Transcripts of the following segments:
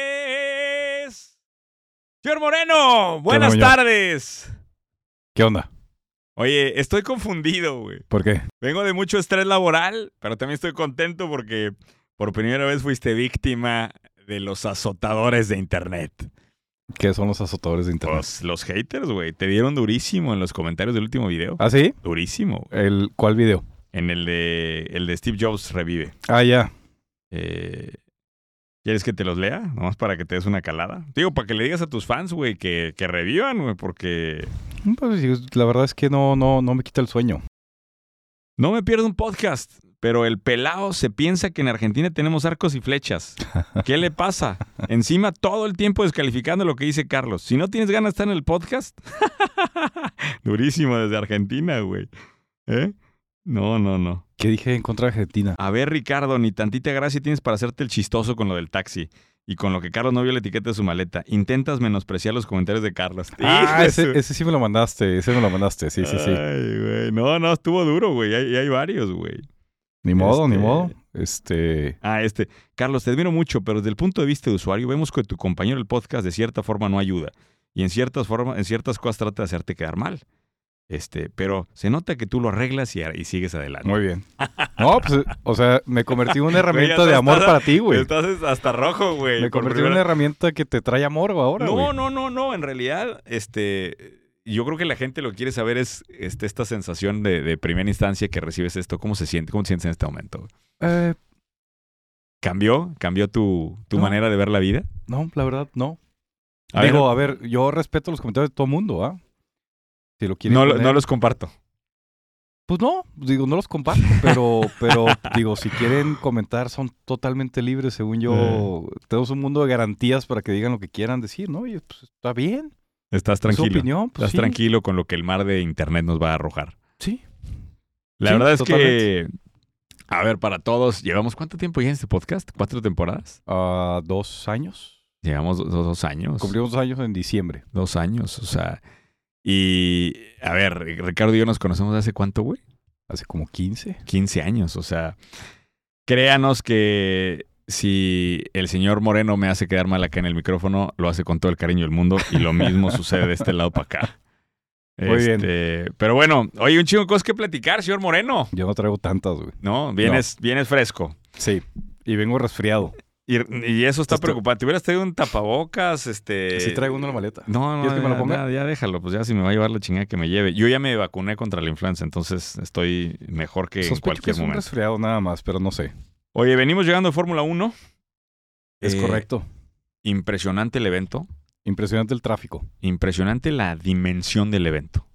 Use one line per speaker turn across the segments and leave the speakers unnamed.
Emprendedores. Señor Moreno, buenas
Muñoz?
tardes.
¿Qué onda?
Oye, estoy confundido, güey.
¿Por qué?
Vengo de mucho estrés laboral, pero también estoy contento porque por primera vez fuiste víctima de los azotadores de internet.
¿Qué son los azotadores de internet?
Pues los haters, güey, te dieron durísimo en los comentarios del último video.
¿Ah, sí?
Durísimo, güey.
¿El, ¿Cuál video?
En el de, el de Steve Jobs revive.
Ah, ya.
Eh, ¿Quieres que te los lea? Nomás para que te des una calada. Digo, para que le digas a tus fans, güey, que, que revivan, güey, porque
Mm, pues, sí, la verdad es que no, no, no me quita el sueño.
no me pierdo un podcast. Pero el pelao se piensa que en Argentina tenemos arcos y flechas. ¿Qué le pasa? Encima todo el tiempo descalificando lo que dice Carlos. Si no tienes ganas de estar en el podcast. Durísimo desde Argentina, güey. ¿Eh? No, no, no.
¿Qué dije en contra de Argentina?
A ver, Ricardo, ni tantita gracia tienes para hacerte el chistoso con lo del taxi y con lo que Carlos no vio la etiqueta de su maleta. Intentas menospreciar los comentarios de Carlos.
Ah,
Hijo de
ese,
su- Ah,
ese sí me lo mandaste, ese me lo mandaste, sí, sí, sí.
Ay, güey. No, no, estuvo duro, güey. Hay, hay varios, güey.
Ni modo, ni
este-
modo. Este,
Ah, este. Carlos, te admiro mucho, pero desde el punto de vista de usuario, vemos que tu compañero del podcast de cierta forma no ayuda. Y en ciertas formas, en ciertas cosas trata de hacerte quedar mal. Este, pero se nota que tú lo arreglas y, y sigues adelante.
muy bien. No, pues, o sea, me convertí en una herramienta
Güey, ya
de
te
amor
estás-
para ti, güey.
Estás hasta rojo, güey.
Me
por
convertí en una
primera-
herramienta que te trae amor ahora,
No,
güey.
no, no, no. En realidad, este, yo creo que la gente lo que quiere saber es este, esta sensación de, de primera instancia que recibes esto. ¿Cómo se siente? ¿Cómo te sientes en este momento?
Eh,
¿Cambió? ¿Cambió tu, tu
No.
manera de ver la vida?
no, la verdad, no.
A ver,
Digo, a ver, yo respeto los comentarios de todo mundo, ¿ah? Si lo quieren
no, lo-
poner-
no los comparto.
Pues no, digo, no los comparto, pero, pero digo, si quieren comentar, son totalmente libres, según
Eh.
yo. Tenemos un mundo de garantías para que digan lo que quieran decir, ¿no? Y pues está bien.
Estás
es Su
tranquilo.
opinión, pues
Estás
sí.
tranquilo con lo que el mar de internet nos va a arrojar.
Sí.
La
Sí,
verdad es
totalmente.
que, a ver, para todos, llevamos cuánto tiempo ya en este podcast? ¿Cuatro temporadas?
Ah, dos años.
Llevamos do- do- dos, años.
Cumplimos dos años en diciembre.
Dos años, o sea. Y, a ver, Ricardo y yo nos conocemos hace cuánto, güey?
Hace como 15.
15 años, o sea. Créanos que si el señor Moreno me hace quedar mal acá en el micrófono, lo hace con todo el cariño del mundo y lo mismo sucede de este lado para acá.
Muy bien.
bien. Pero bueno, oye, un chingo de cosas que platicar, señor Moreno.
Yo no traigo tantas, güey.
No, vienes, vienes fresco.
Sí. Y vengo resfriado.
Y, y eso está
Esto-
preocupante. Te hubieras traído un tapabocas, este.
sí traigo una en la maleta.
No, no,
¿Quieres que me lo
ya-
ponga?
Ya, ya déjalo, pues ya si me va a llevar la chingada que me lleve. Yo ya me vacuné contra la influenza, entonces estoy mejor que en
Sospecho que
cualquier
es un
momento.
resfriado nada más, pero no sé.
Oye, venimos llegando a Fórmula 1.
Es
Eh,
correcto.
Impresionante el evento.
Impresionante el tráfico.
Impresionante la dimensión del evento.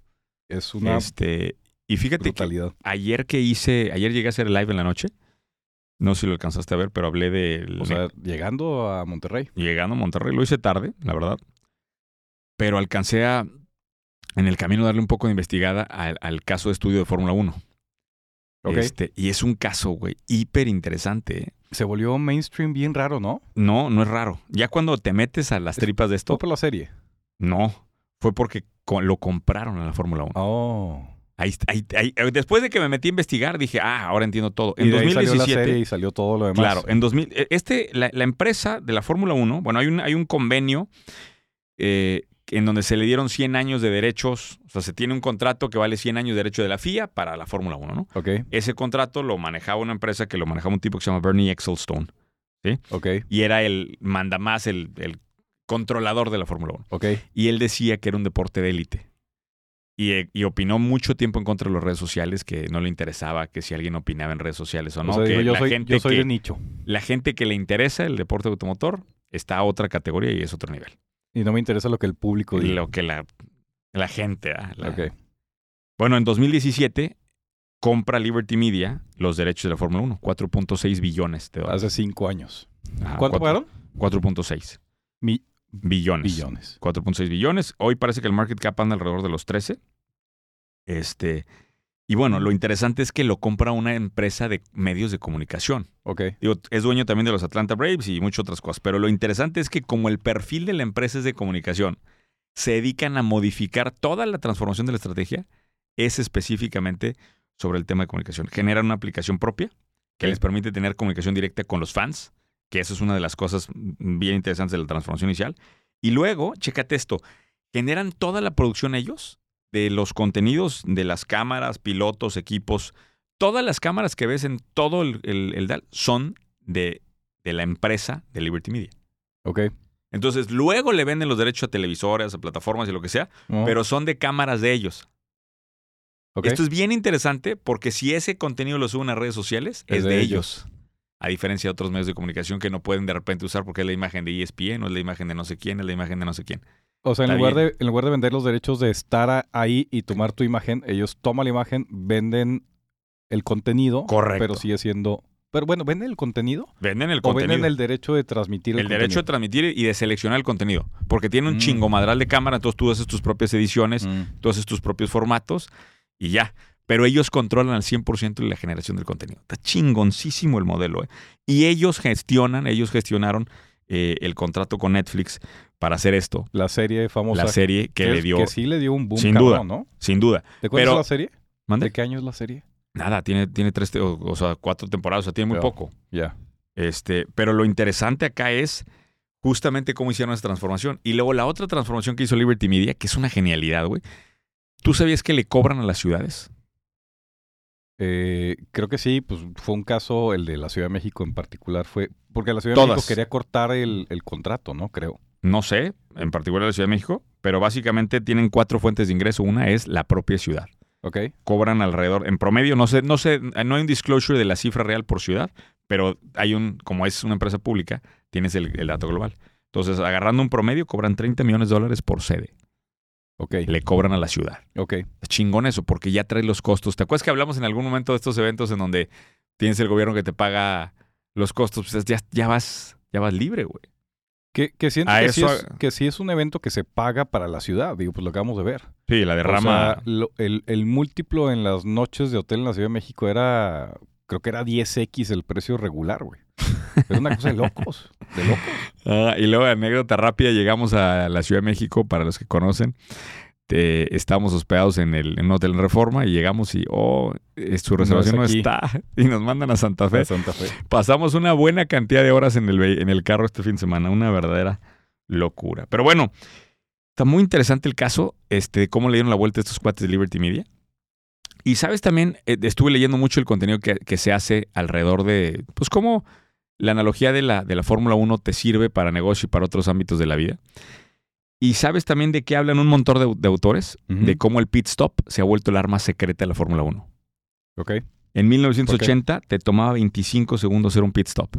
Es una
Este, y fíjate que
brutalidad.
ayer que hice, ayer llegué a hacer el live en la noche. No sé si lo alcanzaste a ver, pero hablé del
O sea, llegando a Monterrey.
llegando a Monterrey. Lo hice tarde, la verdad. Pero alcancé a, en el camino, darle un poco de investigada al, al caso de estudio de Fórmula 1.
Ok.
Este, y es un caso, güey, hiper interesante. ¿eh?
se volvió mainstream bien raro, ¿no?
No, no es raro. Ya cuando te metes a las tripas de
Todo
esto,
por la serie.
no. Fue porque co- lo compraron a la Fórmula 1.
Oh.
Ahí, está- ahí- ahí- eh, después de que me metí a investigar, dije, ah, ahora entiendo todo. En
y de ahí salió la
2017,
serie y salió todo lo demás.
Claro, en 2000, eh, este, la, la empresa de la Fórmula 1, bueno, hay un, hay un convenio eh, en donde se le dieron 100 años de derechos, o sea, se tiene un contrato que vale 100 años de derecho de la FIA para la Fórmula 1, ¿no?
Ok,
Ese contrato lo manejaba una empresa que lo manejaba un tipo que se llama Bernie Ecclestone,
ok,
y era el mandamás, el, el controlador de la Fórmula 1.
ok.
Y él decía que era un deporte de élite. Y, eh, y opinó mucho tiempo en contra de las redes sociales, que no le interesaba que si alguien opinaba en redes sociales o no.
O sea,
que
digo, yo
la
soy,
gente
yo soy
que-
de nicho.
la gente que le interesa el deporte automotor está a otra categoría y es otro nivel.
Y no me interesa lo que el público diga.
Lo que la, la gente da. la-
Ok.
Bueno, en 2017 compra Liberty Media los derechos de la Fórmula 1, 4.6 billones de dólares.
Hace cinco años.
Ajá,
¿Cuánto
Ah, cuatro- Mm.
pagaron?
4.6
Mi-
billones.
Billones.
4.6 billones. Hoy parece que el market cap anda alrededor de los 13. Este, y bueno, lo interesante es que lo compra una empresa de medios de comunicación.
Ok,
Digo, es dueño también de los Atlanta Braves y muchas otras cosas. Pero lo interesante es que como el perfil de la empresa es de comunicación, se dedican a modificar toda la transformación de la estrategia, es específicamente sobre el tema de comunicación. Generan una aplicación propia que les permite tener comunicación directa con los fans, que eso es una de las cosas bien interesantes de la transformación inicial. Y luego, chécate esto, generan toda la producción ellos de los contenidos de las cámaras, pilotos, equipos. Todas las cámaras que ves en todo el, el- el DAL son de, de la empresa de Liberty Media.
Ok.
Entonces, luego le venden los derechos a televisoras, a plataformas y lo que sea,
Oh,
pero son de cámaras de ellos.
ok.
Esto es bien interesante porque si ese contenido lo suben a redes sociales, es, de, ellos. A diferencia de otros medios de comunicación que no pueden de repente usar porque es la imagen de E ESPN o es la imagen de no sé quién, es la imagen de no sé quién.
O sea, en
Está
lugar, de, en lugar de vender los derechos de estar a- ahí y tomar tu imagen, ellos toman la imagen, venden el contenido,
Correcto.
pero sigue siendo... Pero bueno, ¿venden el contenido?
Venden el
¿O
contenido.
venden el derecho de transmitir el,
El derecho de transmitir y de seleccionar el contenido. Porque tiene un
Mm.
chingo madral de cámara, entonces tú haces tus propias ediciones, tú haces tus propios formatos y ya. Pero ellos controlan al 100% la generación del contenido. Está chingoncísimo el modelo. ¿eh? Y ellos gestionan, ellos gestionaron eh, el contrato con Netflix para hacer esto.
La serie famosa.
la serie que, le
es-
dio,
Que sí le dio un boom
Sin
cabrón,
duda.
¿no?
sin duda.
¿De cuándo
Pero-
es la serie?
¿Mande?
¿De qué año es la serie?
Nada, tiene, tiene tres, te- o, o sea, cuatro temporadas, o sea, tiene muy
Pero-
poco.
Ya.
Este, pero lo interesante acá es justamente cómo hicieron esa transformación. Y luego la otra transformación que hizo Liberty Media, que es una genialidad, güey. ¿Tú sabías que le cobran a las ciudades?
Eh, creo que sí, pues fue un caso, el de la Ciudad de México en particular, fue porque la Ciudad de
Todas.
México quería cortar el, el contrato, ¿no? Creo.
No sé, en particular la Ciudad de México, pero básicamente tienen cuatro fuentes de ingreso. Una es la propia ciudad.
¿Ok?
Cobran alrededor, en promedio, no sé, no sé, no hay un disclosure de la cifra real por ciudad, pero hay un, como es una empresa pública, tienes el, el dato global. Entonces, agarrando un promedio, cobran 30 millones de dólares por sede.
Ok,
Le cobran a la ciudad.
ok.
Es chingón eso, porque ya trae los costos. ¿Te acuerdas que hablamos en algún momento de estos eventos en donde tienes el gobierno que te paga los costos? Pues ya, ya vas, ya vas libre, güey.
Que, que siento
A
que, sí
eso-
es, que sí es un evento que se paga para la ciudad, digo, pues lo acabamos de ver.
Sí, la derrama.
O sea, lo- el, el múltiplo en las noches de hotel en la Ciudad de México era, creo que era 10x el precio regular, güey. Era una cosa de locos, de locos.
Ah, y luego, anécdota rápida, llegamos a la Ciudad de México, para los que conocen. Te- estábamos hospedados en, el, en un hotel en Reforma y llegamos y, oh, eh, su reservación no,
aquí.
está. Y nos mandan a Santa Fe.
De Santa Fe.
Pasamos una buena cantidad de horas en el, ve- en el carro este fin de semana, una verdadera locura. Pero bueno, está muy interesante el caso este, de cómo le dieron la vuelta a estos cuates de Liberty Media. Y sabes también, eh, estuve leyendo mucho el contenido que, que se hace alrededor de, pues cómo la analogía de la, de la Fórmula 1 te sirve para negocio y para otros ámbitos de la vida. Y sabes también de qué hablan un montón de, de autores,
Ujú.
de cómo el pit stop se ha vuelto el arma secreta de la Fórmula 1.
Ok,
En 1980 te tomaba 25 segundos hacer un pit stop.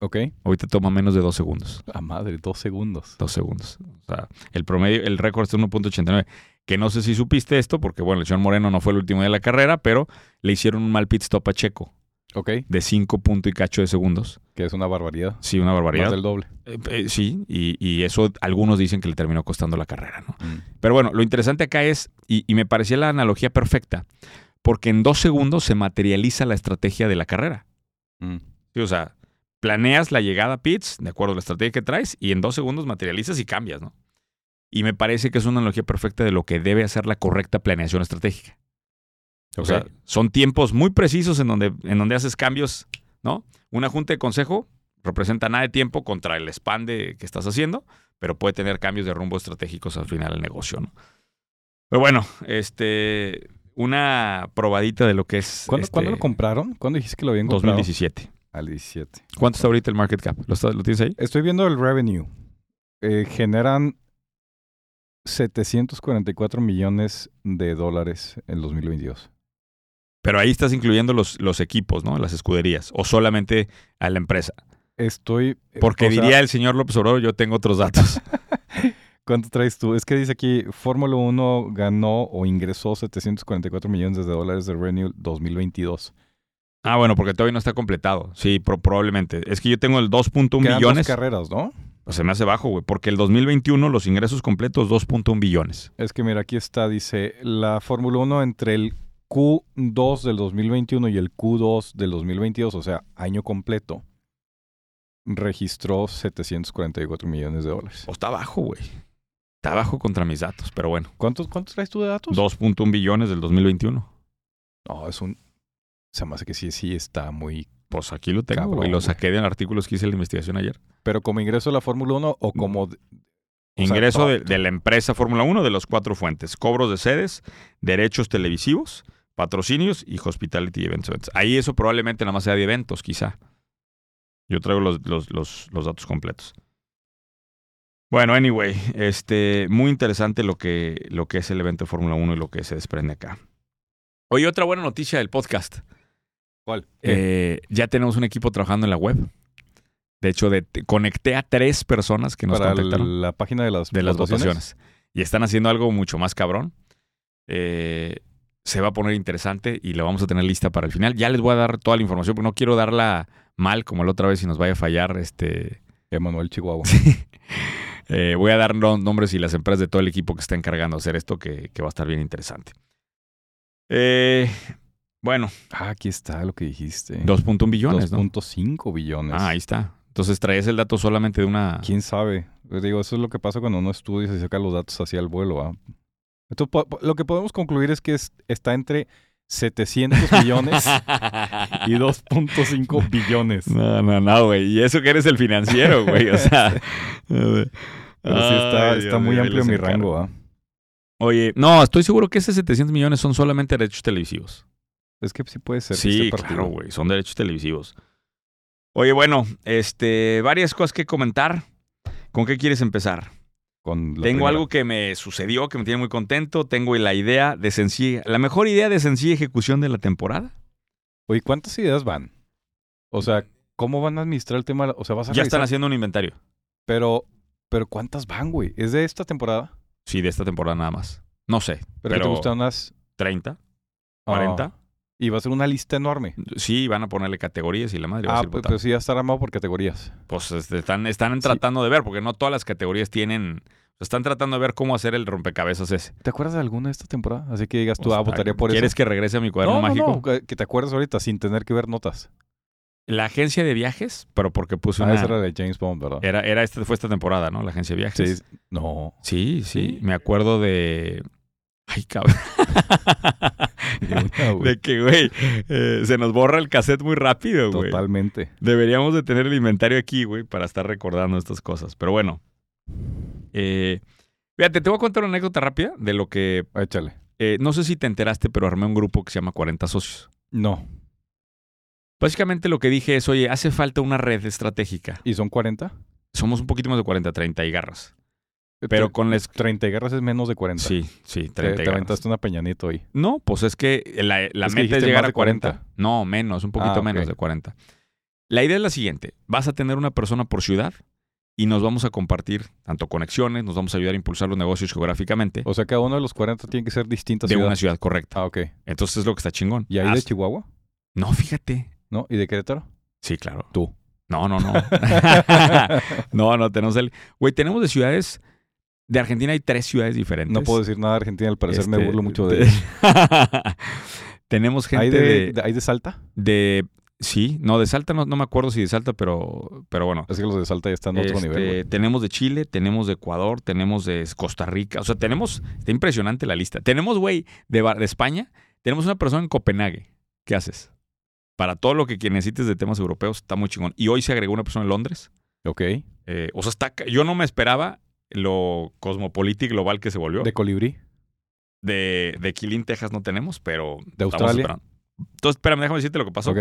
ok.
Hoy te toma menos de 2 segundos.
A madre, dos segundos.
2 segundos. O sea, el promedio, el récord es 1.89. Que no sé si supiste esto, porque bueno, el señor Moreno no fue el último de la carrera, pero le hicieron un mal pit stop a Checo
Ok,
de 5 punto y cacho de segundos.
que es una barbaridad.
Sí, una
Más
barbaridad.
del doble.
Eh, eh, sí, y, y eso algunos dicen que le terminó costando la carrera, ¿no? Pero bueno, lo interesante acá es, y, y me parecía la analogía perfecta, porque en 2 segundos se materializa la estrategia de la carrera.
Mm.
Sí, o sea, planeas la llegada a pits, de acuerdo a la estrategia que traes, y en dos segundos materializas y cambias, ¿no? Y me parece que es una analogía perfecta de lo que debe hacer la correcta planeación estratégica. O
Ok.
sea, son tiempos muy precisos en donde, en donde haces cambios, ¿no? Una junta de consejo representa nada de tiempo contra el span de- que estás haciendo, pero puede tener cambios de rumbo estratégicos al final del negocio, ¿no? Pero bueno, este, una probadita de lo que es
¿Cuándo,
este,
cuándo lo compraron? ¿Cuándo dijiste que lo habían comprado?
2017.
Al 17.
¿Cuánto está ahorita el market cap? ¿Lo, está- lo tienes ahí?
Estoy viendo el revenue. Eh, generan 744 millones de dólares en 2022.
Pero ahí estás incluyendo los, los equipos, ¿no? Las escuderías. O solamente a la empresa.
Estoy... eh,
Porque
o sea,
diría el señor López Obrador, yo tengo otros datos.
¿Cuánto traes tú? Es que dice aquí, Fórmula 1 ganó o ingresó 744 millones de dólares de revenue 2022.
ah, bueno, porque todavía no está completado. Sí, pro- probablemente. Es que yo tengo el 2.1
Quedan dos
billones.
carreras, ¿no?
Pues se me hace bajo, güey. Porque el 2021 los ingresos completos 2.1 billones.
Es que mira, aquí está, dice, la Fórmula 1 entre el Q2 del 2021 y el Q2 del 2022, o sea, año completo, registró 744 millones de dólares.
O está bajo, güey. Está bajo contra mis datos, pero bueno.
Pues ¿Cuántos, cuántos traes tú de datos?
$2.1 billones del 2021.
No, es un. Se me hace que sí, sí está muy.
Pues aquí lo tengo,
Cabrón,
güey. Lo
güey.
saqué de artículos que hice la investigación ayer.
Pero como ingreso a la Fórmula 1 o como. O sea,
Ingreso
todo-
de, de la empresa Fórmula 1 de las cuatro fuentes. Cobros de sedes, derechos televisivos, patrocinios y hospitality events. events. Ahí eso probablemente nada más sea de eventos, quizá. Yo traigo los, los- los- los datos completos. Bueno, anyway, este, muy interesante lo que, lo que es el evento de Fórmula 1 y lo que se desprende acá. Oye, otra buena noticia del podcast.
¿Cuál?
Eh, ya tenemos un equipo trabajando en la web. De hecho, de- te- conecté a tres personas que nos
para
contactaron
la página de las
de las votaciones. Y están haciendo algo mucho más cabrón. Eh, se va a poner interesante y la vamos a tener lista para el final. Ya les voy a dar toda la información porque no quiero darla mal como la otra vez y nos vaya a fallar. Este,
Emanuel Chihuahua.
eh, voy a dar los nombres y las empresas de todo el equipo que está encargando de hacer esto que, que va a estar bien interesante. Eh, bueno,
Ah, aquí está lo que dijiste.
2.1 billones, ¿no?
2.5 billones.
Ah, ahí está. Entonces traes el dato solamente de una...
¿Quién sabe? Pues Digo, eso es lo que pasa cuando no estudias y sacas los datos hacia el vuelo. ¿ah? Esto po- po- lo que podemos concluir es que es- está entre 700 millones y 2.5 billones.
No, no, no, güey. Y eso que eres el financiero, güey. O sea.
Pero sí está,
Ay,
está
Dios
muy
mío, ahí
amplio
les
mi
encargo.
rango. ¿ah?
Oye, no, estoy seguro que esos 700 millones son solamente derechos televisivos.
Es que sí puede ser. que
sí,
esté partido.
claro, güey. Son derechos televisivos. Oye, bueno, este, varias cosas que comentar. ¿Con qué quieres empezar?
Con la
Tengo
primera.
algo que me sucedió que me tiene muy contento. Tengo la idea de sencilla, la mejor idea de sencilla ejecución de la temporada.
Oye, ¿cuántas ideas van? O sea, ¿cómo van a administrar el tema? O sea, vas a
Ya están
revisar-
haciendo un inventario.
Pero, pero ¿cuántas van, güey? ¿Es de esta temporada?
Sí, de esta temporada nada más. No sé,
¿Pero, que te
Pero-
gustan unas
30, 40.
Ah, y va a ser una lista enorme.
Sí, van a ponerle categorías y la madre va a
Ah,
ir
pues,
votando.
pero sí, ya está armado por categorías.
Pues este, están, están tratando de ver, porque no todas las categorías tienen. Están tratando de ver cómo hacer el rompecabezas ese.
¿Te acuerdas de alguna de esta temporada? Así que digas Pues tú,
O sea,
ah, votaría por
¿Quieres
eso.
que regrese Pues, a mi cuaderno
no, no,
mágico?
no, que- que te acuerdes ahorita sin tener que ver notas.
La agencia de viajes, pero porque puse
Ah,
una.
esa
Era,
era de James Bond, ¿verdad?
era esta, fue esta temporada, ¿no? La agencia de
Sí.
viajes.
No.
Sí, sí.
Sí.
Me acuerdo de. Ay, cabrón.
ninguna, güey.
de que, güey, eh, se nos borra el cassette muy rápido, güey.
Totalmente.
Deberíamos de tener el inventario aquí, güey, para estar recordando estas cosas. Pero bueno. Eh, fíjate, te voy a contar una anécdota rápida de lo que
Échale.
Eh, no sé si te enteraste, pero armé un grupo que se llama 40 Socios.
No.
Básicamente lo que dije es, oye, hace falta una red estratégica.
¿Y son 40?
Somos un poquito más de 40, 30 y garras. Pero
Tre-
con les...
30 guerras es menos de 40.
Sí, sí,
Te-
30
Te,
y garras.
aventaste una peñanito ahí.
No, pues es que la, la
Es que
meta es
dijiste
llegar
más
a
de
40.
40.
No, menos, un poquito
Ah, ok.
menos de 40. La idea es la siguiente. Vas a tener una persona por ciudad y nos vamos a compartir tanto conexiones, nos vamos a ayudar a impulsar los negocios geográficamente
O sea, cada uno de los 40 tiene que ser distinta
de
ciudad.
una ciudad Ah, correcta.
Ah, ok.
Entonces es lo que está chingón.
¿Y ahí de
Haz-
Chihuahua?
No, fíjate.
¿No? ¿Y de Querétaro?
Sí, claro.
Tú.
No, no, no. No, no tenemos el. Güey, tenemos de ciudades. De Argentina hay tres ciudades diferentes.
no puedo decir nada de Argentina, al parecer me
Este,
burlo mucho de...
tenemos gente
¿Hay de,
de,
de- ¿Hay de Salta?
de- Sí, no, de Salta, no, no me acuerdo si de Salta, pero, pero bueno.
Es que los de Salta ya están a otro
Este,
nivel, güey.
tenemos de Chile, tenemos de Ecuador, tenemos de Costa Rica. O sea, tenemos. Está impresionante la lista. Tenemos, güey, de, Bar- de España. Tenemos una persona en Copenhague. ¿Qué haces? Para todo lo que que necesites de temas europeos, está muy chingón. Y hoy se agregó una persona en Londres.
Ok.
Eh, o sea, está, ca- yo no me esperaba lo cosmopolita y global que se volvió.
De
De,
Colibrí.
de, Quilín, Texas no tenemos, pero...
De
estamos
Australia.
esperando. Entonces, espérame, déjame decirte lo que pasó.
Ok.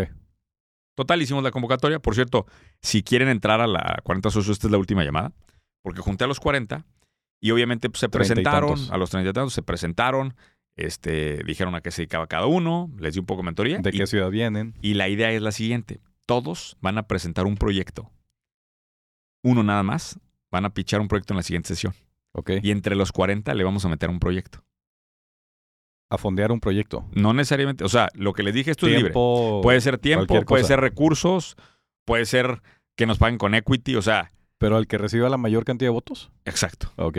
Total, hicimos la convocatoria. Por cierto, si quieren entrar a la 40 socios, esta es la última llamada, porque junté a los 40 y obviamente pues, se
Treinta y
presentaron,
tantos.
a los 30 y tantos se presentaron, este, dijeron a qué se dedicaba cada uno, les di un poco de mentoría.
¿De
¿Eh? y-
qué ciudad vienen?
y la idea es la siguiente. Todos van a presentar un proyecto. Uno nada más. Van a pichar un proyecto en la siguiente sesión.
Ok.
Y entre los 40 le vamos a meter un proyecto.
A fondear un proyecto. Pues,
No necesariamente. O sea, lo que les dije, esto es libre.
Tiempo,
Puede ser tiempo,
cualquier
puede
cosa.
ser recursos, puede ser que nos paguen con equity. O sea,
Pero al que reciba la mayor cantidad de votos.
exacto.
Ok.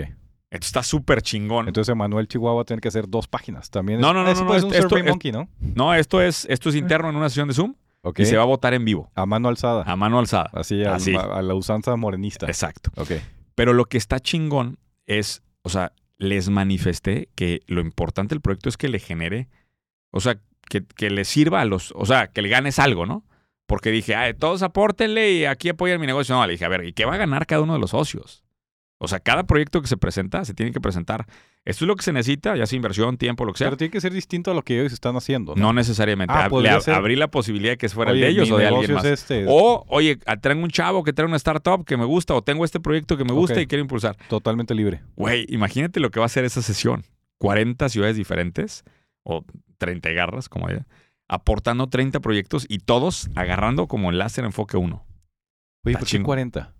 Esto está súper chingón.
Entonces Manuel Chihuahua tiene que hacer dos páginas. También
No, no, no,
Eso
no,
puede
no,
ser un
esto-
Survey
esto-
Monkey, ¿no?
No, esto es, esto es interno en una sesión de Zoom
Ok.
y se va Ah. a votar en vivo,
A mano alzada.
a mano alzada.
Así, al-
Así.
A, la usanza morenista.
Exacto.
Ok.
Pero lo que está chingón es, o sea, les manifesté que lo importante del proyecto es que le genere, o sea, que, que le sirva a los, o sea, que le ganes algo, ¿no? Porque dije, "Ay, todos apórtenle y aquí apoyan mi negocio. No, le dije, a ver, ¿y qué va a ganar cada uno de los socios? O sea, cada proyecto que se presenta se tiene que presentar. Esto es lo que se necesita, ya sea inversión, tiempo, lo que sea.
Pero tiene que ser distinto a lo que ellos están haciendo.
No necesariamente.
Ah,
Ab-
podría
le ab-
ser.
abrí la posibilidad de que fuera el
Oye,
de ellos
mi
o de alguien
negocio
más.
es este.
O, oye, ah, tengo un chavo que trae una startup que me gusta o tengo este proyecto que me gusta
Ok.
y quiero impulsar.
Totalmente libre.
Güey, imagínate lo que va a ser esa sesión. 40 ciudades diferentes o 30 garras, como ella, aportando 30 proyectos y todos agarrando como enlace el enfoque 1.
Oye,
Está
¿por qué
chingón.
40?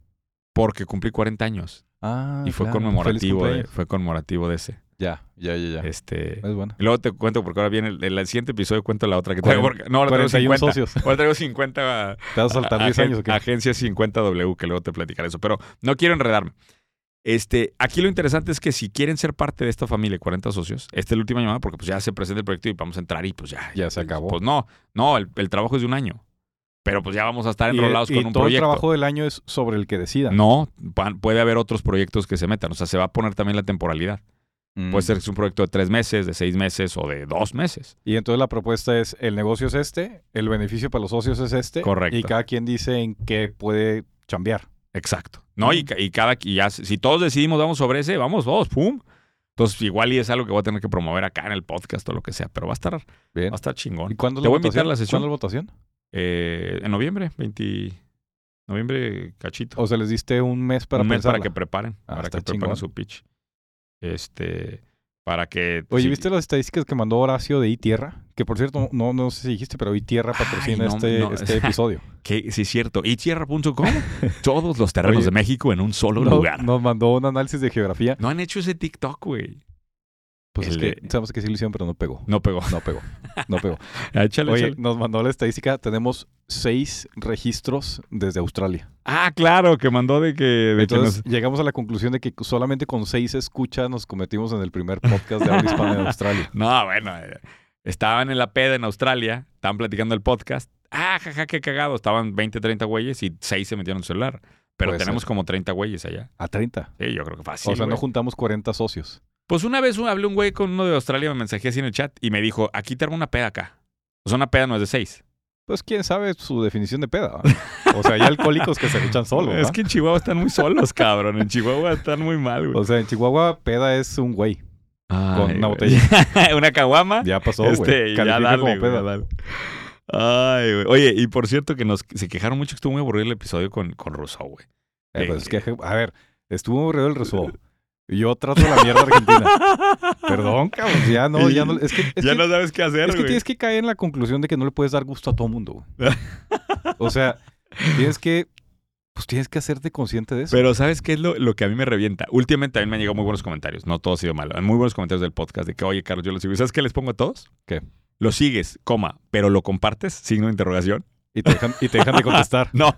Porque cumplí 40 años
Ah,
y fue
claro.
conmemorativo,
Feliz
de,
cumpleaños.
fue conmemorativo de ese.
Ya, ya, ya, ya.
Este,
Es buena.
y luego te cuento porque ahora viene el, el siguiente episodio cuento la otra que traigo.
Cuarenta-
porque- no, ahora Ah, traigo
41
50.
socios.
Ahora traigo 50
Te vas a saltar 10 años. ¿o qué?
Agencia 50W, que luego te platicaré eso. Pero no quiero enredarme. Este, aquí lo interesante es que si quieren ser parte de esta familia, de 40 socios, esta es la última llamada porque pues ya se presenta el proyecto y vamos a entrar y pues ya.
Ya se acabó.
Pues no, no, el, el trabajo es de un año. Pero pues ya vamos a estar
Y- eh,
enrolados
y
con un
todo el
proyecto.
trabajo del año es sobre el que decida.
No, pan- puede haber otros proyectos que se metan. O sea, se va a poner también la temporalidad.
Mm.
Puede ser que es un proyecto de tres meses, de seis meses o de dos meses.
Y entonces la propuesta es, el negocio es este, el beneficio para los socios es este.
Correcto.
Y cada quien dice en qué puede chambear.
Exacto. No, y, ca- y cada y ya, si todos decidimos vamos sobre ese, vamos todos, pum. Entonces, igual y es algo que voy a tener que promover acá en el podcast o lo que sea, pero va a estar, va
Bien.
a estar
¿Y
chingón.
cuándo es
Te
la
voy a invitar
votación?
a la sesión.
¿Cuándo es la votación?
Eh, en noviembre, 20. Noviembre, cachito.
O sea, les diste un mes para
Un mes para
pensarla.
que preparen,
Ah,
para que
está
preparen
chingón.
su pitch. Este, para que.
Oye,
sí,
¿viste las estadísticas que mandó Horacio de iTierra? Que por cierto, no, no sé si dijiste, pero iTierra
Ay,
patrocina
no,
este,
no.
este episodio.
que sí es cierto. Y tierra.com, todos los terrenos
Oye,
de México en un solo
No-
lugar. No.
Nos mandó un análisis de geografía.
han hecho ese TikTok, güey.
Pues es
El
que
de-
sabemos que sí lo hicieron, pero no pegó.
No pegó.
No pegó. No pegó.
Échale,
Oye,
échale.
nos mandó la estadística. Tenemos seis registros desde Australia.
Ah, claro, que mandó de que. de que nos-
Entonces llegamos a la conclusión de que solamente con seis escuchas nos cometimos en el primer podcast de habla hispana de Australia.
No, bueno, eh, estaban en la peda en Australia, estaban platicando el podcast. Ah, jaja, qué cagado. Estaban 20, 30 güeyes y 6 se metieron en el celular. Pero
Puede
tenemos
ser.
como 30 güeyes allá.
A 30.
Sí, yo creo que fácil.
o sea, no
güey.
juntamos 40 socios.
pues una vez un- hablé un güey con uno de Australia, me mensajé así en el chat y me dijo, aquí te armo una peda acá. O sea, una peda no es de 6.
Pues quién sabe su definición de peda. ¿verdad? O sea, hay alcohólicos que se echan solo.
Es
¿verdad?
que en Chihuahua están muy solos, cabrón. En Chihuahua están muy mal, güey.
O sea, en Chihuahua peda es un güey. con
Ay,
una
güey.
botella.
una caguama.
Ya pasó, güey.
Este, y ya
Califica
dale,
como
güey,
peda.
ya dale. Ay, güey. Oye, y por cierto que nos se quejaron mucho que estuvo muy aburrido el episodio con, con Rousseau, güey.
Eh, pues es que, a ver, estuvo aburrido el resuelvo. Yo trato la mierda argentina. Perdón, cabrón. Ya no, ya no. Es que, es
ya
que-
no sabes qué hacer,
es que
güey.
tienes que caer en la conclusión de que no le puedes dar gusto a todo mundo. güey. O sea, tienes que. Pues tienes que hacerte consciente de eso.
Pero ¿sabes qué es lo, lo que a mí me revienta? Últimamente también me han llegado muy buenos comentarios. No todo ha sido malo. Hay Muy buenos comentarios del podcast de que, oye, Carlos, yo lo sigo. ¿Y ¿Sabes qué les pongo a todos?
¿Qué?
Lo sigues, coma, pero lo compartes, signo de interrogación.
Y, te dejan, y te dejan de contestar.
No.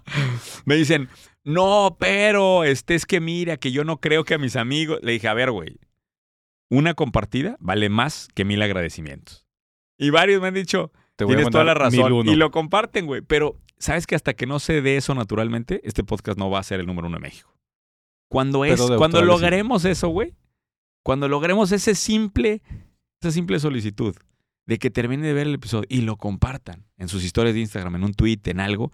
Me dicen, no, pero este es que mira, que yo no creo que a mis amigos. Le dije, a ver, güey, una compartida vale más que mil agradecimientos. Y varios me han dicho,
Te voy a
tienes toda la
mandar mil
razón.
uno.
Y lo comparten, güey. Pero, ¿sabes que hasta que no se dé eso naturalmente, este podcast no va a ser el número uno de México? Cuando es,
Pero de
cuando
Australia sí.
logremos eso, güey. Cuando logremos ese simple, esa simple solicitud de que termine de ver el episodio y lo compartan en sus historias de Instagram, en un tweet, en algo,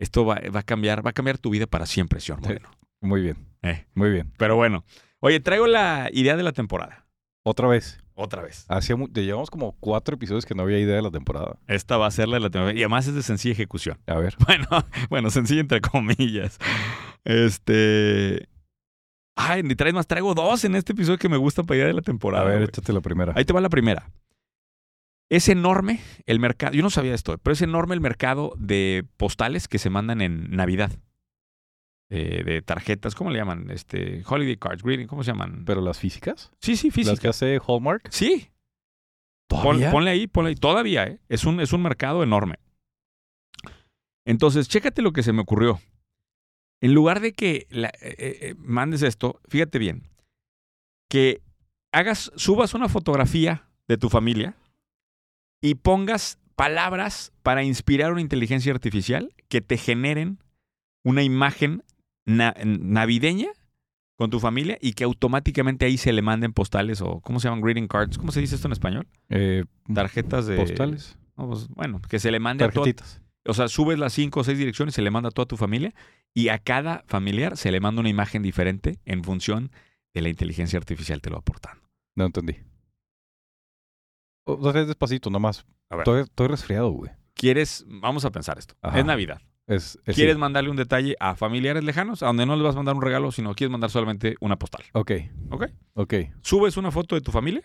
esto va, va a cambiar, va a cambiar tu vida para siempre, señor
Sí.
Moreno.
Muy bien.
Eh.
Muy bien.
Pero bueno. Oye, traigo la idea de la temporada.
Otra vez.
Otra vez.
Hacía mu- te llevamos como cuatro episodios que no había idea de la temporada.
Esta va a ser la de la temporada. Y además es de sencilla ejecución.
A ver.
Bueno, bueno, sencillo entre comillas. Este. Ay, ni traes más. Traigo dos en este episodio que me gustan para idea de la
A
temporada.
ver, pues.
güey.
échate la primera.
Ahí te va la primera. Es enorme el mercado. Yo no sabía esto, pero es enorme el mercado de postales que se mandan en Navidad. Eh, de tarjetas, ¿cómo le llaman? Este, holiday cards, greeting, ¿cómo se llaman?
¿Pero las físicas?
sí, sí,
¿Las que
físicas.
hace Hallmark?
Sí, Pon-
¿Todavía?
ponle ahí, ponle ahí. Todavía, ¿eh? Es un, es un mercado enorme. Entonces, chécate lo que se me ocurrió. En lugar de que la- eh, eh, eh, mandes esto, fíjate bien, que hagas, subas una fotografía de tu familia y pongas palabras para inspirar una inteligencia artificial que te generen una imagen na- navideña con tu familia y que automáticamente ahí se le manden postales o, ¿cómo se llaman? Greeting cards. ¿Cómo se dice esto en español?
Eh,
Tarjetas de...
postales,
No, pues, bueno, que se le mande a toda,
tarjetitas.
O sea, subes las cinco o seis direcciones, se le manda a toda tu familia y a cada familiar se le manda una imagen diferente en función de la inteligencia artificial te lo va aportando.
No entendí. O sea, es despacito, nomás.
A ver.
Estoy, estoy resfriado, güey.
¿Quieres, vamos a pensar esto,
Ajá.
es Navidad.
Es, es-
¿Quieres
sí.
mandarle un detalle a familiares lejanos, a donde no les vas a mandar un regalo, sino quieres mandar solamente una postal?
Ok.
Ok.
Ok.
Subes una foto de tu familia,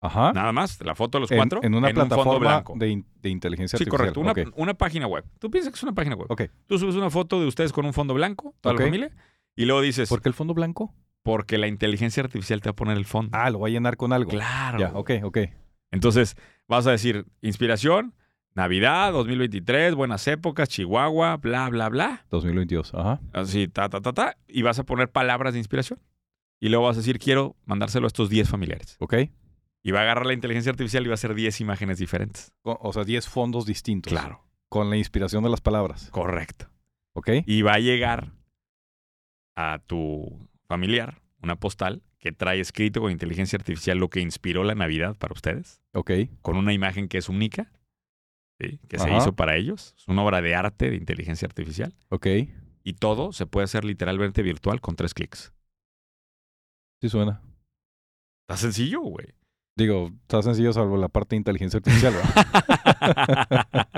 Ajá.
nada más, la foto de los
Ah. En-
cuatro,
en, una
un fondo
plataforma
blanco.
de, in- de inteligencia
Sí,
artificial.
correcto. Una,
Ok.
una página web. Tú piensas que es una página web.
Ok.
Tú subes una foto de ustedes con un fondo blanco, toda
Ok.
la familia, y luego dices,
¿Por qué el fondo blanco?
porque la inteligencia artificial te va a poner el fondo.
Ah, lo va a llenar con algo.
claro.
Ya, ok, ok.
Entonces, vas a decir, inspiración, Navidad, 2023, buenas épocas, Chihuahua, bla, bla, bla.
2022. Ajá.
Así, ta, ta, ta, ta. Y vas a poner palabras de inspiración. Y luego vas a decir, quiero mandárselo a estos 10 familiares.
Ok.
Y va a agarrar la inteligencia artificial y va a hacer 10 imágenes diferentes.
Con- o sea, 10 fondos distintos.
Claro.
Con la inspiración de las palabras.
Correcto.
Ok.
Y va a llegar a tu familiar una postal que trae escrito con inteligencia artificial lo que inspiró la Navidad para ustedes,
Ok.
con una imagen que es única, ¿sí? que se
Ajá.
hizo para ellos. Es una obra de arte de inteligencia artificial.
Ok.
Y todo se puede hacer literalmente virtual con tres clics.
Sí suena.
Está sencillo, güey.
Digo, está sencillo salvo la parte de inteligencia artificial, ¿verdad?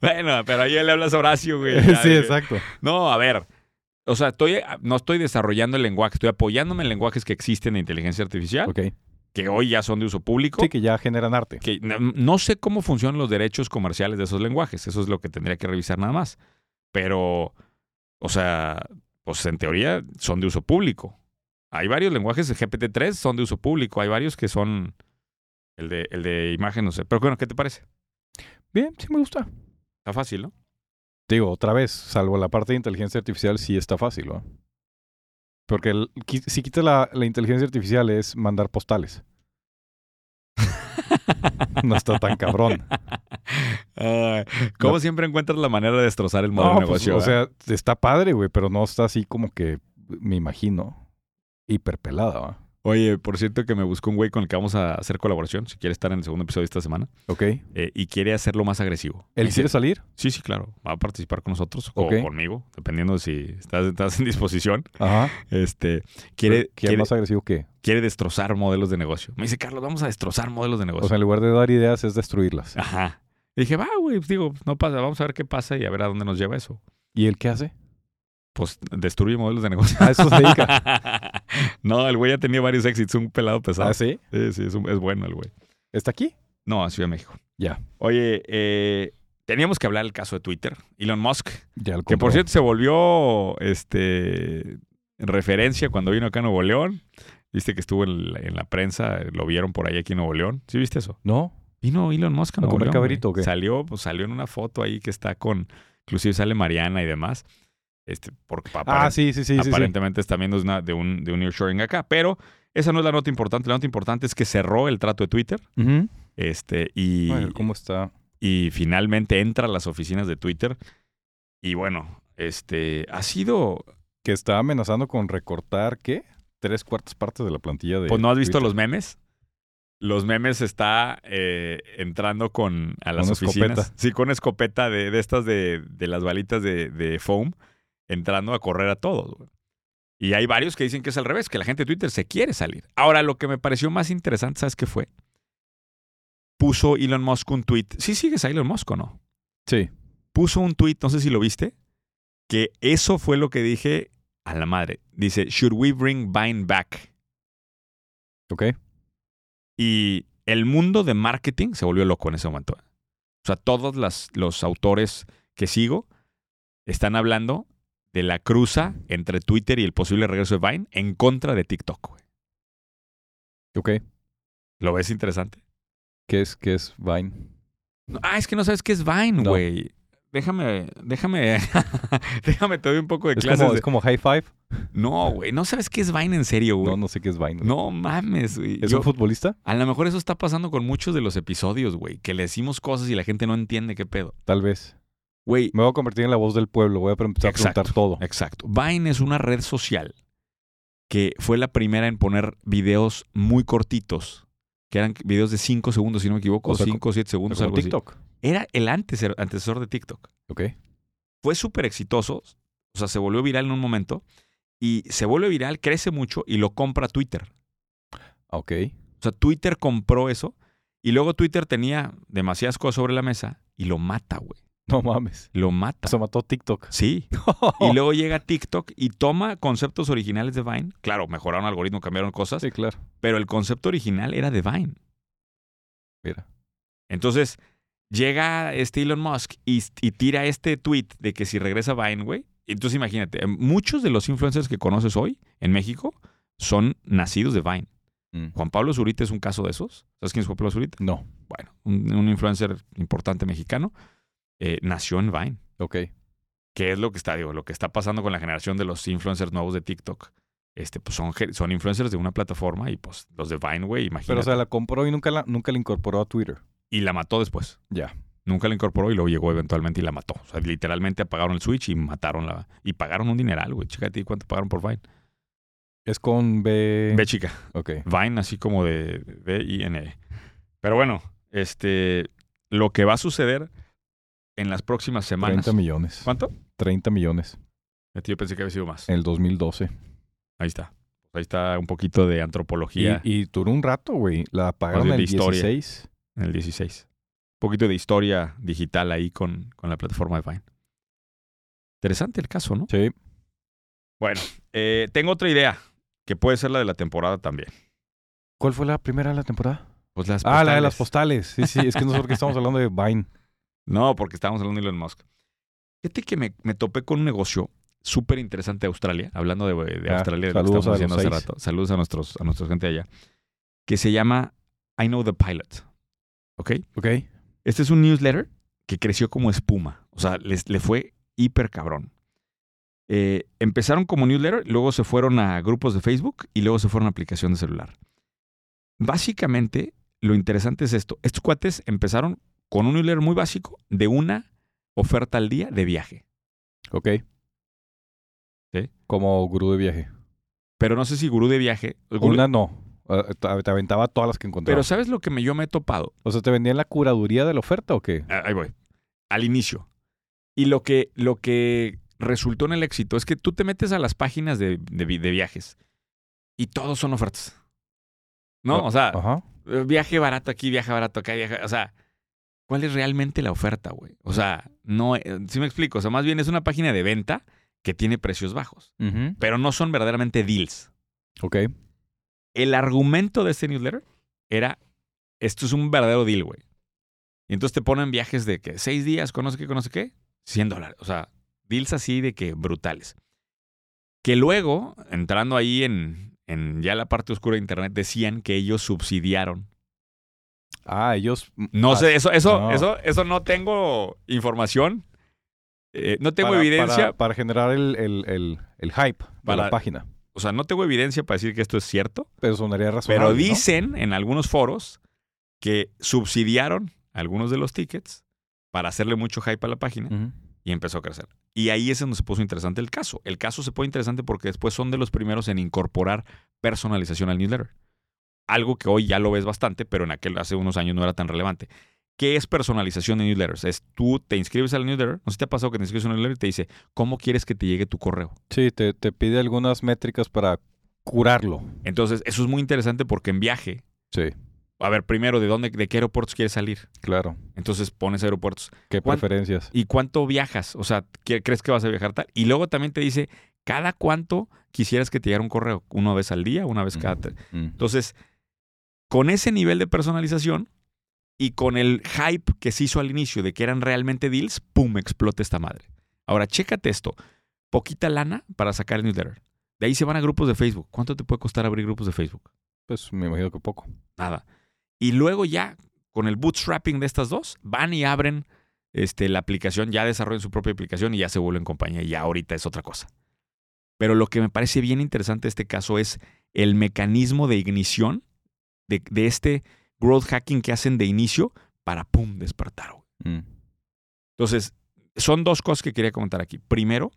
bueno, pero ahí le hablas a Horacio, güey. Ya,
sí,
güey.
exacto.
No, a ver. O sea, estoy, ah, no estoy desarrollando el lenguaje, estoy apoyándome en lenguajes que existen de inteligencia artificial.
Ok.
que hoy ya son de uso público.
Sí, que ya generan arte.
Que no, no sé cómo funcionan los derechos comerciales de esos lenguajes. Eso es lo que tendría que revisar nada más. Pero, o sea, pues en teoría son de uso público. Hay varios lenguajes, el GPT-3 son de uso público. Hay varios que son el de, el de imagen, no sé. Pero bueno, ¿qué te parece?
Bien, sí me gusta.
Está fácil, ¿no?
Digo, otra vez, salvo la parte de inteligencia artificial, sí está fácil, ¿verdad? Porque el- qui- si quitas la, la inteligencia artificial es mandar postales. No está tan cabrón.
Ay, como
No.
Ah, siempre encuentras la manera de destrozar el modelo
No,
de
pues,
negocio. eh?
o
¿verdad?
sea, está padre, güey, pero no está así como que, me imagino, hiperpelada, ¿va?
Oye, por cierto que me buscó un güey con el que vamos a hacer colaboración, si quiere estar en el segundo episodio de esta semana,
¿Ok?
eh, y quiere hacerlo más agresivo. Me
¿Él
dice,
quiere salir?
Sí, sí, claro. Va a participar con nosotros o
Ok.
conmigo, dependiendo de si estás, estás en disposición.
Ajá.
Este, quiere,
¿Quién
quiere,
más agresivo que?
quiere destrozar modelos de negocio. Me dice, Carlos, vamos a destrozar modelos de
O
negocio.
sea, en lugar de dar ideas es destruirlas.
Ajá. Y dije, va, güey, pues, digo, no pasa, vamos a ver qué pasa y a ver a dónde nos lleva eso.
¿Y él qué hace?
Pues destruye modelos de negocio.
A Ah, eso se dedica.
no, el güey ha tenido varios éxitos, un pelado pesado.
¿Ah, sí?
Sí, sí, es, un- es bueno el güey.
¿Está aquí?
No, a Ciudad de México.
Ya.
Oye, eh, teníamos que hablar del caso de Twitter. Elon Musk
Ya lo
Que por
compró.
cierto se volvió este referencia cuando vino acá a Nuevo León. Viste que estuvo en la, en la prensa, lo vieron por ahí aquí en Nuevo León. ¿Sí viste eso?
No,
Vino Elon Musk a
¿A
Nuevo
comer
León,
cabrito
güey.
o qué?
Salió, pues, salió en una foto ahí que está con, inclusive sale Mariana y demás. Este, porque
Ah, sí, sí, sí, sí, sí.
aparentemente está viendo una- de un, de un nearshoring acá. Pero esa no es la nota importante. La nota importante es que cerró el trato de Twitter.
Ujú.
Este, y,
A ver cómo está.
y finalmente entra a las oficinas de Twitter. Y bueno, este ha sido.
Que está amenazando con recortar, ¿qué? Tres cuartas partes de la plantilla de.
Pues no has visto
Twitter.
los memes. Los memes está eh, entrando con a las
Con
oficinas.
escopeta.
Sí, con escopeta de, de estas de, de las balitas de, de foam, entrando a correr a todos. güey. Y hay varios que dicen que es al revés, que la gente de Twitter se quiere salir. Ahora, lo que me pareció más interesante, ¿sabes qué fue? Puso Elon Musk un tweet. Sí, sigues a Elon Musk o no?
Sí.
puso un tweet, no sé si lo viste, que eso fue lo que dije a la madre. Dice, should we bring Vine back?
Ok.
Y el mundo de marketing se volvió loco en ese momento. O sea, todos las- los autores que sigo están hablando de la cruza entre Twitter y el posible regreso de Vine en contra de TikTok. güey.
Ok.
¿Lo ves interesante?
¿Qué es, qué es Vine?
No, ah, es que no sabes qué es Vine,
No.
güey. Déjame, déjame, déjame, te doy un poco de
Es
clases.
como,
de-
es como High Five.
No, güey, no sabes qué es Vine en serio, güey.
No, no sé qué es Vine.
No mames, güey.
¿Es
Yo-
un futbolista?
a lo mejor eso está pasando con muchos de los episodios, güey. Que le decimos cosas y la gente no entiende qué pedo.
Tal vez.
Güey,
Me voy a convertir en la voz del pueblo. Voy a pre- empezar a
Exacto.
preguntar todo.
exacto. Vine es una red social que fue la primera en poner videos muy cortitos, que eran videos de 5 segundos, si no me equivoco,
O sea,
5 o 7
Pero
segundos,
como
algo así.
TikTok.
Era el antes, antecesor de TikTok.
Ok.
fue súper exitoso, o sea, se volvió viral en un momento, y se vuelve viral, crece mucho y lo compra Twitter.
Ah, Ok.
O sea, Twitter compró eso y luego Twitter tenía demasiadas cosas sobre la mesa y lo mata, güey.
No mames.
Lo mata.
Se mató TikTok.
Sí.
Oh.
Y luego llega TikTok y toma conceptos originales de Vine. Claro, mejoraron el algoritmo, cambiaron cosas,
Sí, claro.
pero el concepto original era de Vine.
Mira.
Entonces, llega este Elon Musk y, y tira este tweet de que si regresa Vine, güey. Entonces, imagínate, em, muchos de los influencers que conoces hoy en México son nacidos de Vine.
Mm.
Juan Pablo Zurita es un caso de esos. ¿Sabes quién es Juan Pablo Zurita?
No.
Bueno, un, un influencer importante mexicano. eh, nació en Vine.
Ok.
¿Qué es lo que está, digo, lo que está pasando con la generación de los influencers nuevos de TikTok? Este, pues son, ge- son influencers de una plataforma y pues los de Vine, güey, imagínate.
Pero, o sea, la compró y nunca la, nunca la incorporó a Twitter.
y la mató después.
Ya.
Nunca la incorporó y luego llegó eventualmente y la mató. O sea, literalmente apagaron el switch y mataron la. Y pagaron un dineral, güey. Chécate cuánto pagaron por Vine.
Es con B.
Ve, chica.
Ok.
Vine, así como de V-I-N-E. Pero bueno, este. Lo que va a suceder en las próximas semanas.
30 millones.
¿Cuánto?
30 millones.
Fíjate, Yo pensé que había sido más.
En el 2012.
Ahí está. Ahí está un poquito de
Y,
antropología
y duró un rato, güey. La pagaron
bien, de
el
historia.
16.
en el 16. Un poquito de historia digital ahí con, con la plataforma de Vine. Interesante el caso, ¿no?
Sí.
Eh, tengo otra idea que puede ser la de la temporada también.
¿Cuál fue la primera de la temporada?
Pues las
Ah, la de las
postales.
postales. Sí, sí. Es que no sé por qué estamos hablando de Vine.
No, porque estábamos hablando de Elon Musk. Fíjate que me, me topé con un negocio súper interesante de Australia, hablando de, de
Ah,
Australia, de lo que estamos
saludos a los
diciendo hace
seis.
rato. Saludos a nuestros, a nuestra gente allá. Que se llama I Know the Pilot. ¿Ok?
Ok.
Este es un newsletter que creció como espuma. O sea, les, le fue hiper cabrón. Eh, empezaron como newsletter, luego se fueron a grupos de Facebook y luego se fueron a aplicación de celular. Básicamente, lo interesante es esto. Estos cuates empezaron con un newsletter muy básico de una oferta al día de viaje.
Ok.
Sí.
Como gurú de viaje.
Pero no sé si gurú de viaje. el gurú-
Una no. Eh, Te te aventaba todas las que
pero
encontrabas.
¿sabes lo que me- yo me he topado?
o sea, ¿te vendían la curaduría de la oferta o qué?
Ah, Ahí voy. Al inicio. Y lo que, lo que resultó en el éxito es que tú te metes a las páginas de, de vi- de viajes y todos son ofertas. ¿No?
Ah,
O sea,
Ajá.
eh, viaje barato aquí, viaje barato acá, viaje. O sea, ¿cuál es realmente la oferta, güey? O sea, no. Si me explico, o sea, más bien es una página de venta que tiene precios bajos, pero no son verdaderamente deals
Ok.
el argumento de este newsletter era, esto es un verdadero deal, güey. Y entonces te ponen viajes de que seis días, conoce qué, conoce qué, 100 dólares. O sea, deals así de que brutales. Que luego, entrando ahí en, en ya la parte oscura de internet, decían que ellos subsidiaron.
Ah, ellos.
No sé, eso, eso,
no.
eso, eso no tengo información. Eh, no tengo
para-
evidencia.
Para, para generar el, el- el- el hype para...
Para-
la página.
O sea, no tengo evidencia para decir que esto es cierto.
Pero sonaría razonable.
Pero
¿no?
dicen en algunos foros que subsidiaron algunos de los tickets para hacerle mucho hype a la página
Ujú.
y empezó a crecer. Y ahí es donde se puso interesante el caso. El caso se pone interesante porque después son de los primeros en incorporar personalización al newsletter. Algo que hoy ya lo ves bastante, pero en aquel hace unos años no era tan relevante. ¿Qué es personalización de newsletters? Es tú te inscribes al newsletter, no sé si te ha pasado que te inscribes a un newsletter y te dice, ¿cómo quieres que te llegue tu correo?
Sí, te, te pide algunas métricas para curarlo.
Entonces, eso es muy interesante porque en viaje,
Sí,
a ver, primero, ¿de dónde, de qué aeropuertos quieres salir?
claro.
Entonces pones aeropuertos.
¿Qué
¿Cuán-
preferencias?
¿Y cuánto viajas? O sea, ¿qué- ¿crees que vas a viajar tal? Y luego también te dice, ¿cada cuánto quisieras que te llegara un correo? ¿Una vez al día? ¿Una vez cada
Ujú.
tres?
Mm.
Entonces, con ese nivel de personalización y con el hype que se hizo al inicio de que eran realmente deals, ¡pum! explota esta madre. Ahora, chécate esto. Poquita lana para sacar el newsletter. De ahí se van a grupos de Facebook. ¿Cuánto te puede costar abrir grupos de Facebook?
Pues me imagino que poco.
nada. Y luego ya, con el bootstrapping de estas dos, van y abren este, la aplicación, ya desarrollan su propia aplicación y ya se vuelven compañía. Y ya ahorita es otra cosa. Pero lo que me parece bien interesante de este caso es el mecanismo de ignición de, de este growth hacking que hacen de inicio para, ¡pum!, despertar. güey.
Mm.
Entonces, son dos cosas que quería comentar aquí. Primero,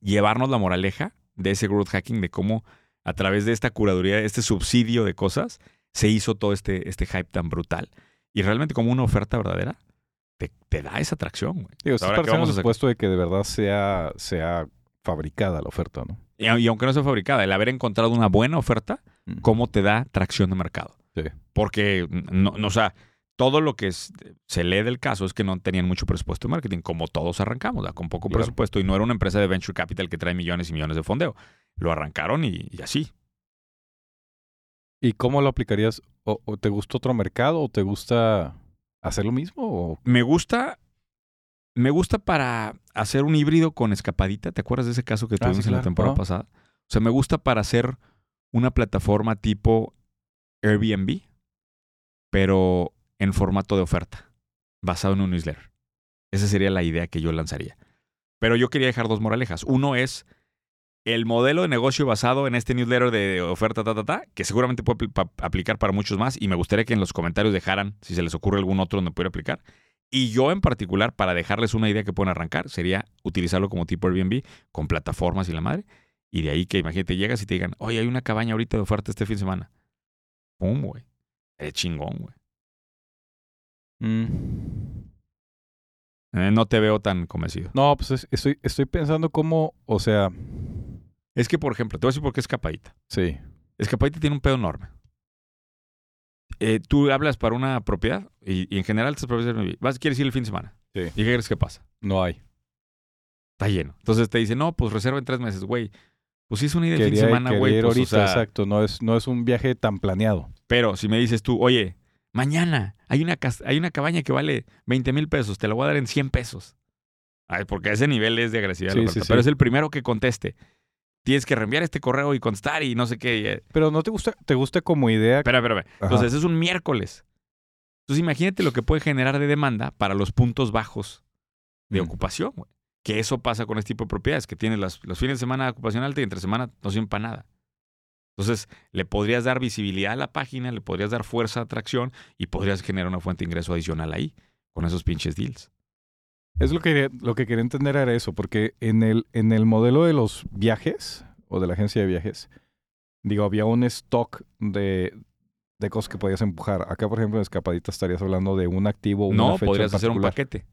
llevarnos la moraleja de ese growth hacking, de cómo a través de esta curaduría, de este subsidio de cosas, se hizo todo este, este hype tan brutal. Y realmente como una oferta verdadera, te, te da esa atracción, güey. Ahora,
Digo, estás
¿qué
partiendo
vamos
del
a sacar?
supuesto de que de verdad sea, sea fabricada la oferta, ¿no?
Y, au- y aunque no sea fabricada, el haber encontrado una buena oferta,
Mm.
¿cómo te da tracción de mercado?
Sí.
Porque, no, no, o sea, todo lo que es- se lee del caso es que no tenían mucho presupuesto de marketing, como todos arrancamos, ¿verdad? con poco
Claro.
presupuesto, y no era una empresa de venture capital que trae millones y millones de fondeo. Lo arrancaron y, y así.
¿Y cómo lo aplicarías? ¿O, o te gusta otro mercado o te gusta hacer lo mismo? O-
Me gusta, me gusta para hacer un híbrido con escapadita. ¿Te acuerdas de ese caso que
Ah, sí,
tuvimos en la
claro.
temporada
Ajá.
pasada? O sea, me gusta para hacer una plataforma tipo Airbnb, pero en formato de oferta, basado en un newsletter. Esa sería la idea que yo lanzaría. Pero yo quería dejar dos moralejas. Uno es el modelo de negocio basado en este newsletter de oferta, ta, ta, ta, que seguramente puede apl- pa- aplicar para muchos más. Y me gustaría que en los comentarios dejaran si se les ocurre algún otro donde pudiera aplicar. Y yo en particular, para dejarles una idea que pueden arrancar, sería utilizarlo como tipo Airbnb, con plataformas y la madre. Y de ahí que imagínate, llegas y te digan, oye, hay una cabaña ahorita de oferta este fin de semana. ¡Pum, güey! Es chingón, güey. Mm. Eh, no te veo tan convencido.
No, pues es- estoy, estoy pensando cómo, o sea,
Es que, por ejemplo, te voy a decir por qué Escapadita.
sí.
Escapadita tiene un pedo enorme. Eh, tú hablas para una propiedad y, y en general estas propiedades de Airbnb, vas, quieres ir el fin de semana.
Sí.
¿Y qué crees que pasa?
No hay.
Está lleno. Entonces te dicen, no, pues reserva en tres meses, güey. Pues sí es una idea de fin de
Quería,
semana,
quería
güey.
ir
pues, o
ahorita,
sea,
exacto. No es, no es un viaje tan planeado.
Pero si me dices tú, oye, mañana hay una, cas- hay una cabaña que vale 20 mil pesos, te la voy a dar en 100 pesos. Ay, porque a ese nivel es de agresividad. la
Sí,
oferta.
sí, sí.
Pero es el primero que conteste. Tienes que reenviar este correo y contestar y no sé qué. y, eh,
Pero no te gusta, te gusta como idea.
Espera, espera, espera.
Ajá.
Entonces es un miércoles. Entonces imagínate lo que puede generar de demanda para los puntos bajos de
Mm.
ocupación. güey. Que eso pasa con este tipo de propiedades, que tienes las- los fines de semana de ocupación alta y entre semana no sirven para nada. Entonces le podrías dar visibilidad a la página, le podrías dar fuerza a atracción y podrías generar una fuente de ingreso adicional ahí con esos pinches deals.
Es lo que, lo que quería entender era eso, porque en el, en el modelo de los viajes o de la agencia de viajes, digo, había un stock de, de cosas que podías empujar. Acá, por ejemplo, en Escapadita estarías hablando de un activo, una
No,
fecha en
podrías hacer un
particular.
paquete.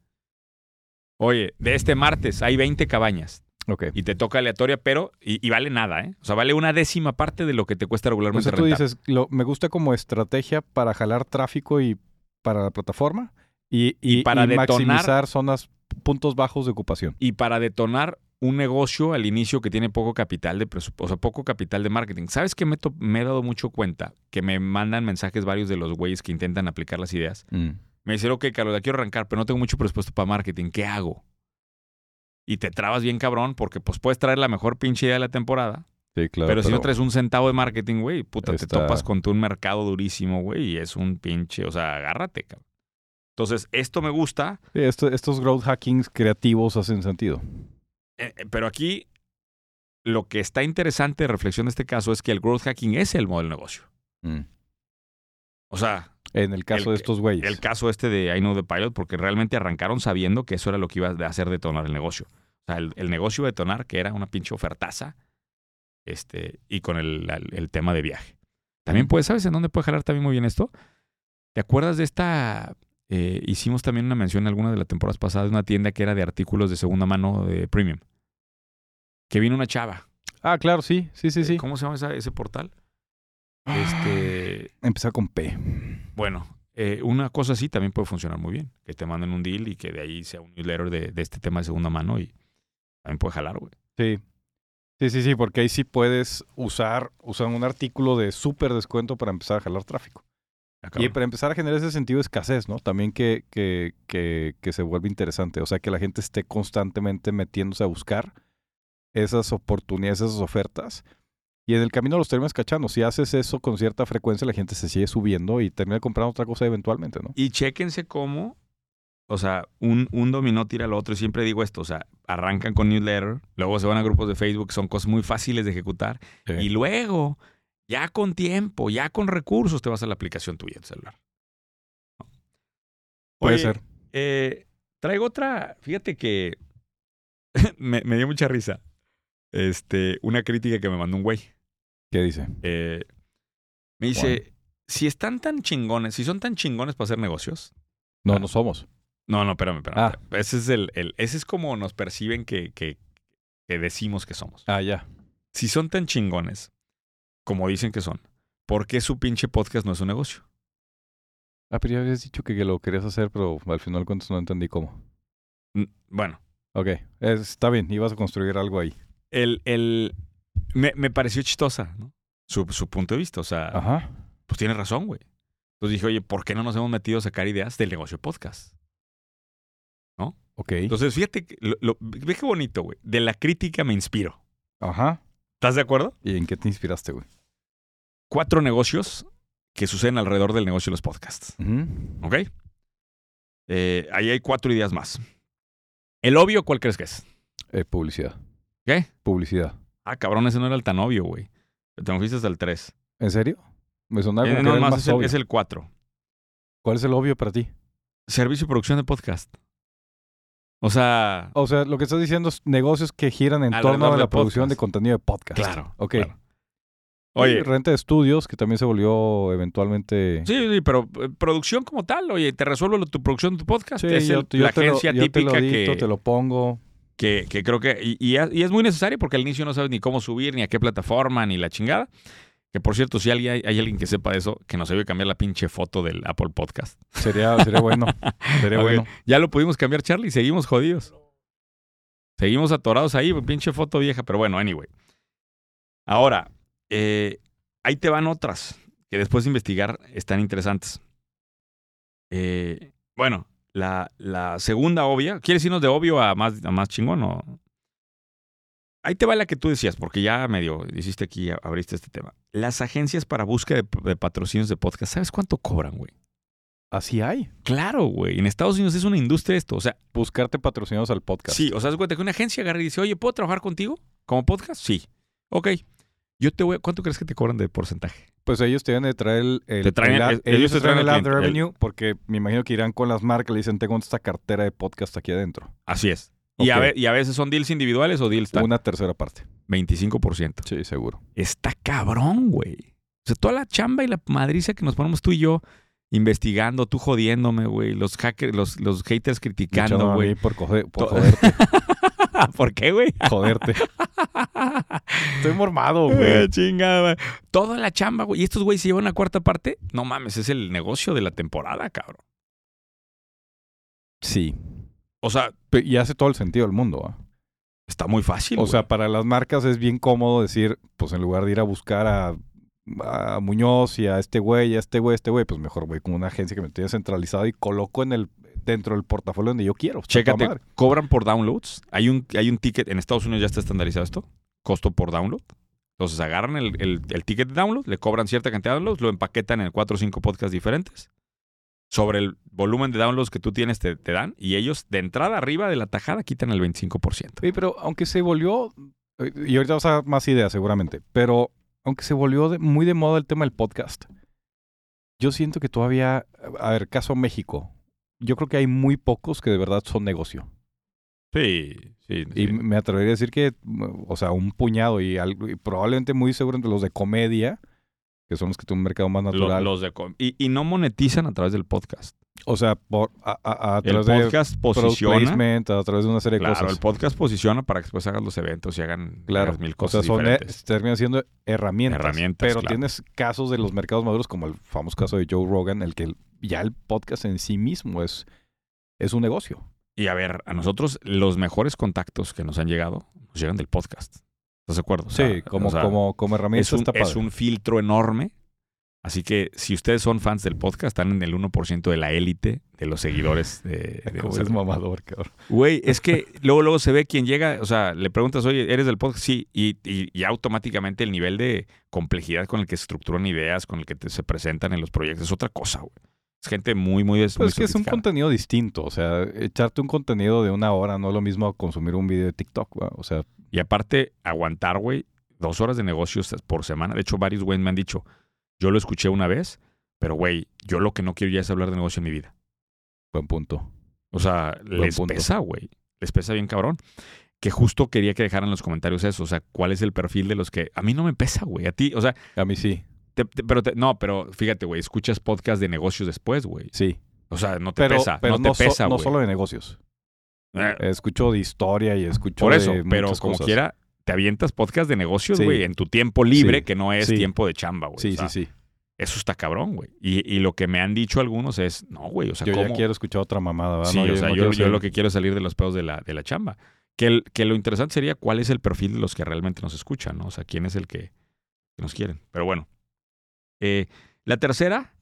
Oye, de este martes hay 20 cabañas.
Ok.
y te toca aleatoria, pero y, y vale nada, ¿eh? O sea, vale una décima parte de lo que te cuesta
O
regularmente
sea, Pues tú
rentar.
dices, lo- me gusta como estrategia para jalar tráfico y para la plataforma y, y-
Y para
y
detonar-
maximizar zonas, puntos bajos de ocupación.
Y para detonar un negocio al inicio que tiene poco capital de presupuesto, o sea, poco capital de marketing. ¿Sabes qué me, to- me he dado mucho cuenta? Que me mandan mensajes varios de los güeyes que intentan aplicar las ideas. Me dicen, ok, Carlos, la quiero arrancar, pero no tengo mucho presupuesto para marketing. ¿Qué hago? Y te trabas bien cabrón porque pues puedes traer la mejor pinche idea de la temporada,
Sí, claro.
Pero si no traes un centavo de marketing, güey, puta, te
Está-
topas con tu un mercado durísimo, güey, y es un pinche, o sea, agárrate, cabrón. Entonces, esto me gusta,
Sí, esto- estos growth hackings creativos hacen sentido.
eh, eh, pero aquí lo que está interesante de reflexión de este caso es que el growth hacking es el modelo de negocio. O sea,
En el
Mm.
caso
El
de
que-
estos güeyes.
el caso este de I Know the Pilot, porque realmente arrancaron sabiendo que eso era lo que iba a hacer detonar el negocio. O sea, el, el negocio iba a detonar, que era una pinche ofertaza, este, y con el, la- el tema de viaje. También puedes, ¿sabes en dónde puede jalar también muy bien esto? ¿Te acuerdas de esta? eh, hicimos también una mención en alguna de las temporadas pasadas de una tienda que era de artículos de segunda mano de premium. Que vino una chava.
Ah, claro, sí, sí, sí, Ah. sí.
¿Cómo se llama esa- ese portal? Este.
Empezar con P.
Bueno, eh, una cosa así también puede funcionar muy bien. Que te manden un deal y que de ahí sea un newsletter de, de este tema de segunda mano y también puede jalar, güey.
Sí. Sí, sí, sí, porque ahí sí puedes usar, usar un artículo de súper descuento para empezar a jalar tráfico.
Ah,
Y
cabrón.
para empezar a generar ese sentido de escasez, ¿no? También que, que, que, que se vuelve interesante. O sea, que la gente esté constantemente metiéndose a buscar esas oportunidades, esas ofertas. Y en el camino los terminas cachando. Si haces eso con cierta frecuencia, la gente se sigue subiendo y termina comprando otra cosa eventualmente, ¿no?
Y chéquense cómo, o sea, un, un dominó tira al otro. Y siempre digo esto, o sea, arrancan con newsletter, luego se van a grupos de Facebook, que son cosas muy fáciles de ejecutar.
Eh,
Y luego, ya con tiempo, ya con recursos, te vas a la aplicación tuya del celular.
Puede
Oye,
ser.
Eh, traigo otra, fíjate que me, me dio mucha risa. Este, una crítica que me mandó un güey.
¿Qué dice?
Eh, me dice, si están tan chingones, si son tan chingones para hacer negocios.
No,
Ah.
no somos.
No, no, espérame, espérame.
Ah.
espérame. Ese, es el, el- ese es como nos perciben que, que- que decimos que somos.
Ah, ya.
Si son tan chingones, como dicen que son, ¿por qué su pinche podcast no es un negocio?
Ah, pero ya habías dicho que, que lo querías hacer, pero al final cuentas no entendí cómo.
N- Bueno,
Ok, es- está bien, ibas a construir algo ahí.
el, el, me, me pareció chistosa, ¿no? Su, su punto de vista, o sea,
Ajá.
pues tiene razón, güey. Entonces dije, oye, ¿por qué no nos hemos metido a sacar ideas del negocio podcast?
Ok.
Entonces, fíjate, que lo- lo- ve qué bonito, güey. De la crítica me inspiro.
Ajá.
¿Estás de acuerdo?
¿Y en qué te inspiraste, güey?
Cuatro negocios que suceden alrededor del negocio de los podcasts. ¿Ok? Eh, ahí hay cuatro ideas más. El obvio, ¿cuál crees que es?
Eh, publicidad.
¿Qué?
Publicidad.
Ah, cabrón, ese no era el tan obvio, güey. Te me fuiste hasta el 3.
¿En serio? Me sonaba como que era
Eh, no,
el
más
más
es el-
obvio.
es el 4.
¿Cuál es el obvio para ti?
Servicio y producción de podcast. O sea,
O sea, lo que estás diciendo es negocios que giran en
Alrededor
torno a
del
la producción
podcast.
de contenido de podcast.
claro.
Ok.
claro.
Y
Oye,
renta de estudios, que también se volvió eventualmente...
Sí, sí, pero eh, producción como tal, oye, te resuelvo lo- tu producción de tu podcast.
Sí,
es
yo,
el-
yo
la
te lo-
agencia
yo te lo
típica
dicto,
que,
te lo pongo.
que, que creo que. Y, y es- y es muy necesario porque al inicio no sabes ni cómo subir, ni a qué plataforma, ni la chingada. Que por cierto, si alguien, hay, hay alguien que sepa de eso, que nos debe cambiar la pinche foto del Apple Podcast.
Sería, sería bueno. Sería
Ok.
bueno.
Ya lo pudimos cambiar, Charlie, seguimos jodidos. Seguimos atorados ahí, pinche foto vieja, pero bueno, anyway. Ahora, eh, ahí te van otras que después de investigar están interesantes. Eh, bueno, la, la segunda obvia, ¿quieres irnos de obvio a más, a más chingón o...? Ahí te va la que tú decías, porque ya medio hiciste aquí, abriste este tema. Las agencias para búsqueda de, de patrocinios de podcast, ¿sabes cuánto cobran, güey?
Así hay.
Claro, güey. En Estados Unidos es una industria esto. O sea,
Buscarte patrocinados al podcast.
Sí, o sea, haz cuenta que una agencia agarra y dice, oye, ¿puedo trabajar contigo como podcast? Sí. Ok. Yo te voy a- ¿Cuánto crees que te cobran de porcentaje?
Pues ellos te deben de traer el, el-
Te traen
el ad-
el-
ellos te traen el ad
cliente, el-
revenue porque me imagino que irán con las marcas y le dicen tengo esta cartera de podcast aquí adentro.
Así es. Y, a
Ok.
ve- y a veces son deals individuales o deals tal.
Una tercera parte.
25%.
Sí, seguro.
Está cabrón, güey. O sea, toda la chamba y la madriza que nos ponemos tú y yo investigando, tú jodiéndome, güey. Los hackers, los, los haters criticando,
Echándome a
güey.
mí por, coge- por
To-
joderte,
¿Por qué, güey?
joderte. Estoy mormado,
Eh,
güey.
chingada. madre. Toda la chamba, güey. Y estos güey se llevan una cuarta parte. No mames, es el negocio de la temporada, cabrón.
Sí.
O sea,
Pe- Y hace todo el sentido del mundo. ¿ah?
está muy fácil.
O
güey.
sea, para las marcas es bien cómodo decir, pues en lugar de ir a buscar a, a Muñoz y a este güey, y a este güey, a este güey, pues mejor voy con una agencia que me tiene centralizado y coloco en el dentro del portafolio donde yo quiero. Está toda
Chécate,
madre.
cobran por downloads. Hay un, hay un ticket, en Estados Unidos ya está estandarizado esto, costo por download. Entonces agarran el, el- el ticket de download, le cobran cierta cantidad de downloads, lo empaquetan en cuatro o cinco podcasts diferentes. Sobre el volumen de downloads que tú tienes te, te dan y ellos de entrada arriba de la tajada quitan el 25%.
Oye, pero aunque se volvió, eh, y ahorita vas a dar más ideas seguramente, pero aunque se volvió de- muy de moda el tema del podcast, yo siento que todavía, a ver, caso México, yo creo que hay muy pocos que de verdad son negocio.
Sí, sí.
Y m- me atrevería a decir que, mm, o sea, un puñado y, algo, y probablemente muy seguro entre los de comedia, que son los que tienen un mercado más natural.
y, y no monetizan a través del podcast.
o sea, por, a, a- a
El
través de
podcast
product
posiciona.
placement, a través de una serie de
Claro, el
cosas.
podcast posiciona para que después hagas los eventos y hagan
Claro,
hagas mil
o
cosas
sea, son,
diferentes.
eh, terminan siendo herramientas.
Herramientas,
Pero
claro.
tienes casos de los mercados maduros, como el famoso caso de Joe Rogan, el que el- ya el podcast en sí mismo es, es un negocio.
Y a ver, a nosotros los mejores contactos que nos han llegado nos llegan del podcast. ¿Estás de acuerdo? O sea,
sí, como,
o sea,
como, como herramienta
es un,
está
es
padre.
un filtro enorme. Así que si ustedes son fans del podcast, están en el 1% de la élite de los seguidores de, de-
Como
o sea,
es mamador, cabrón.
Güey, es que luego, luego se ve quien llega, o sea, le preguntas, oye, ¿eres del podcast? Sí, y, y- y automáticamente el nivel de complejidad con el que se estructuran ideas, con el que te- se presentan en los proyectos, es otra cosa, güey. Es gente muy, muy des- muy
Pues es que es un
sofisticada.
contenido distinto. O sea, echarte un contenido de una hora no es lo mismo consumir un video de TikTok. ¿va? O sea,
Y aparte, aguantar, güey, dos horas de negocios por semana. De hecho, varios güeyes me han dicho, yo lo escuché una vez, pero güey, yo lo que no quiero ya es hablar de negocio en mi vida.
buen punto.
O sea, les
punto.
pesa, güey. Les pesa bien cabrón. que justo quería que dejaran en los comentarios eso. O sea, ¿cuál es el perfil de los que... A mí no me pesa, güey. A ti, o sea,
A mí sí,
te- te- pero te- no, pero fíjate, güey, escuchas podcast de negocios después, güey.
sí.
O sea, no te
Pero,
pesa,
pero
no te
so-
pesa,
no
güey.
solo de negocios.
Eh,
Escucho de historia y escucho
Por eso,
de
pero
muchas
como
cosas.
quiera, te avientas podcast de negocios,
Sí.
güey, en tu tiempo libre,
Sí.
que no es
Sí.
tiempo de chamba, güey.
Sí,
pues, O sea,
sí, sí.
Eso está cabrón, güey. Y, y lo que me han dicho algunos es, no, güey, o sea,
Yo
¿cómo?
ya quiero escuchar otra mamada, ¿verdad?
Sí,
No,
o sea,
no
yo,
quiero
yo
ser-
lo que quiero es salir de los pedos de la, de la chamba. Que, el- que lo interesante sería cuál es el perfil de los que realmente nos escuchan, ¿no? O sea, quién es el que, que nos quieren. Pero bueno. Eh, la tercera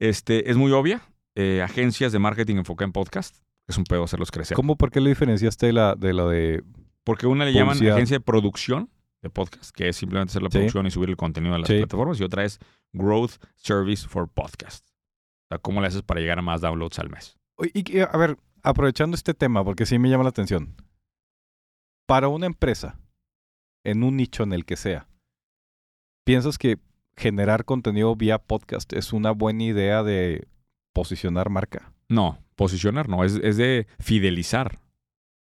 este, es muy obvia. Eh, agencias de marketing enfocadas en podcast. Es un pedo hacerlos crecer.
¿Cómo, por qué lo diferenciaste de la de, la de
Porque una le llaman
Publicidad.
agencia de producción de podcast, que es simplemente hacer la
Sí.
producción y subir el contenido a las
Sí.
plataformas. Y otra es Growth Service for Podcast. O sea, ¿cómo le haces para llegar a más downloads al mes?
Oye, Y, que, a ver, aprovechando este tema, porque sí me llama la atención. Para una empresa, en un nicho en el que sea, ¿piensas que generar contenido vía podcast es una buena idea de posicionar marca?
No, posicionar no, es, es de fidelizar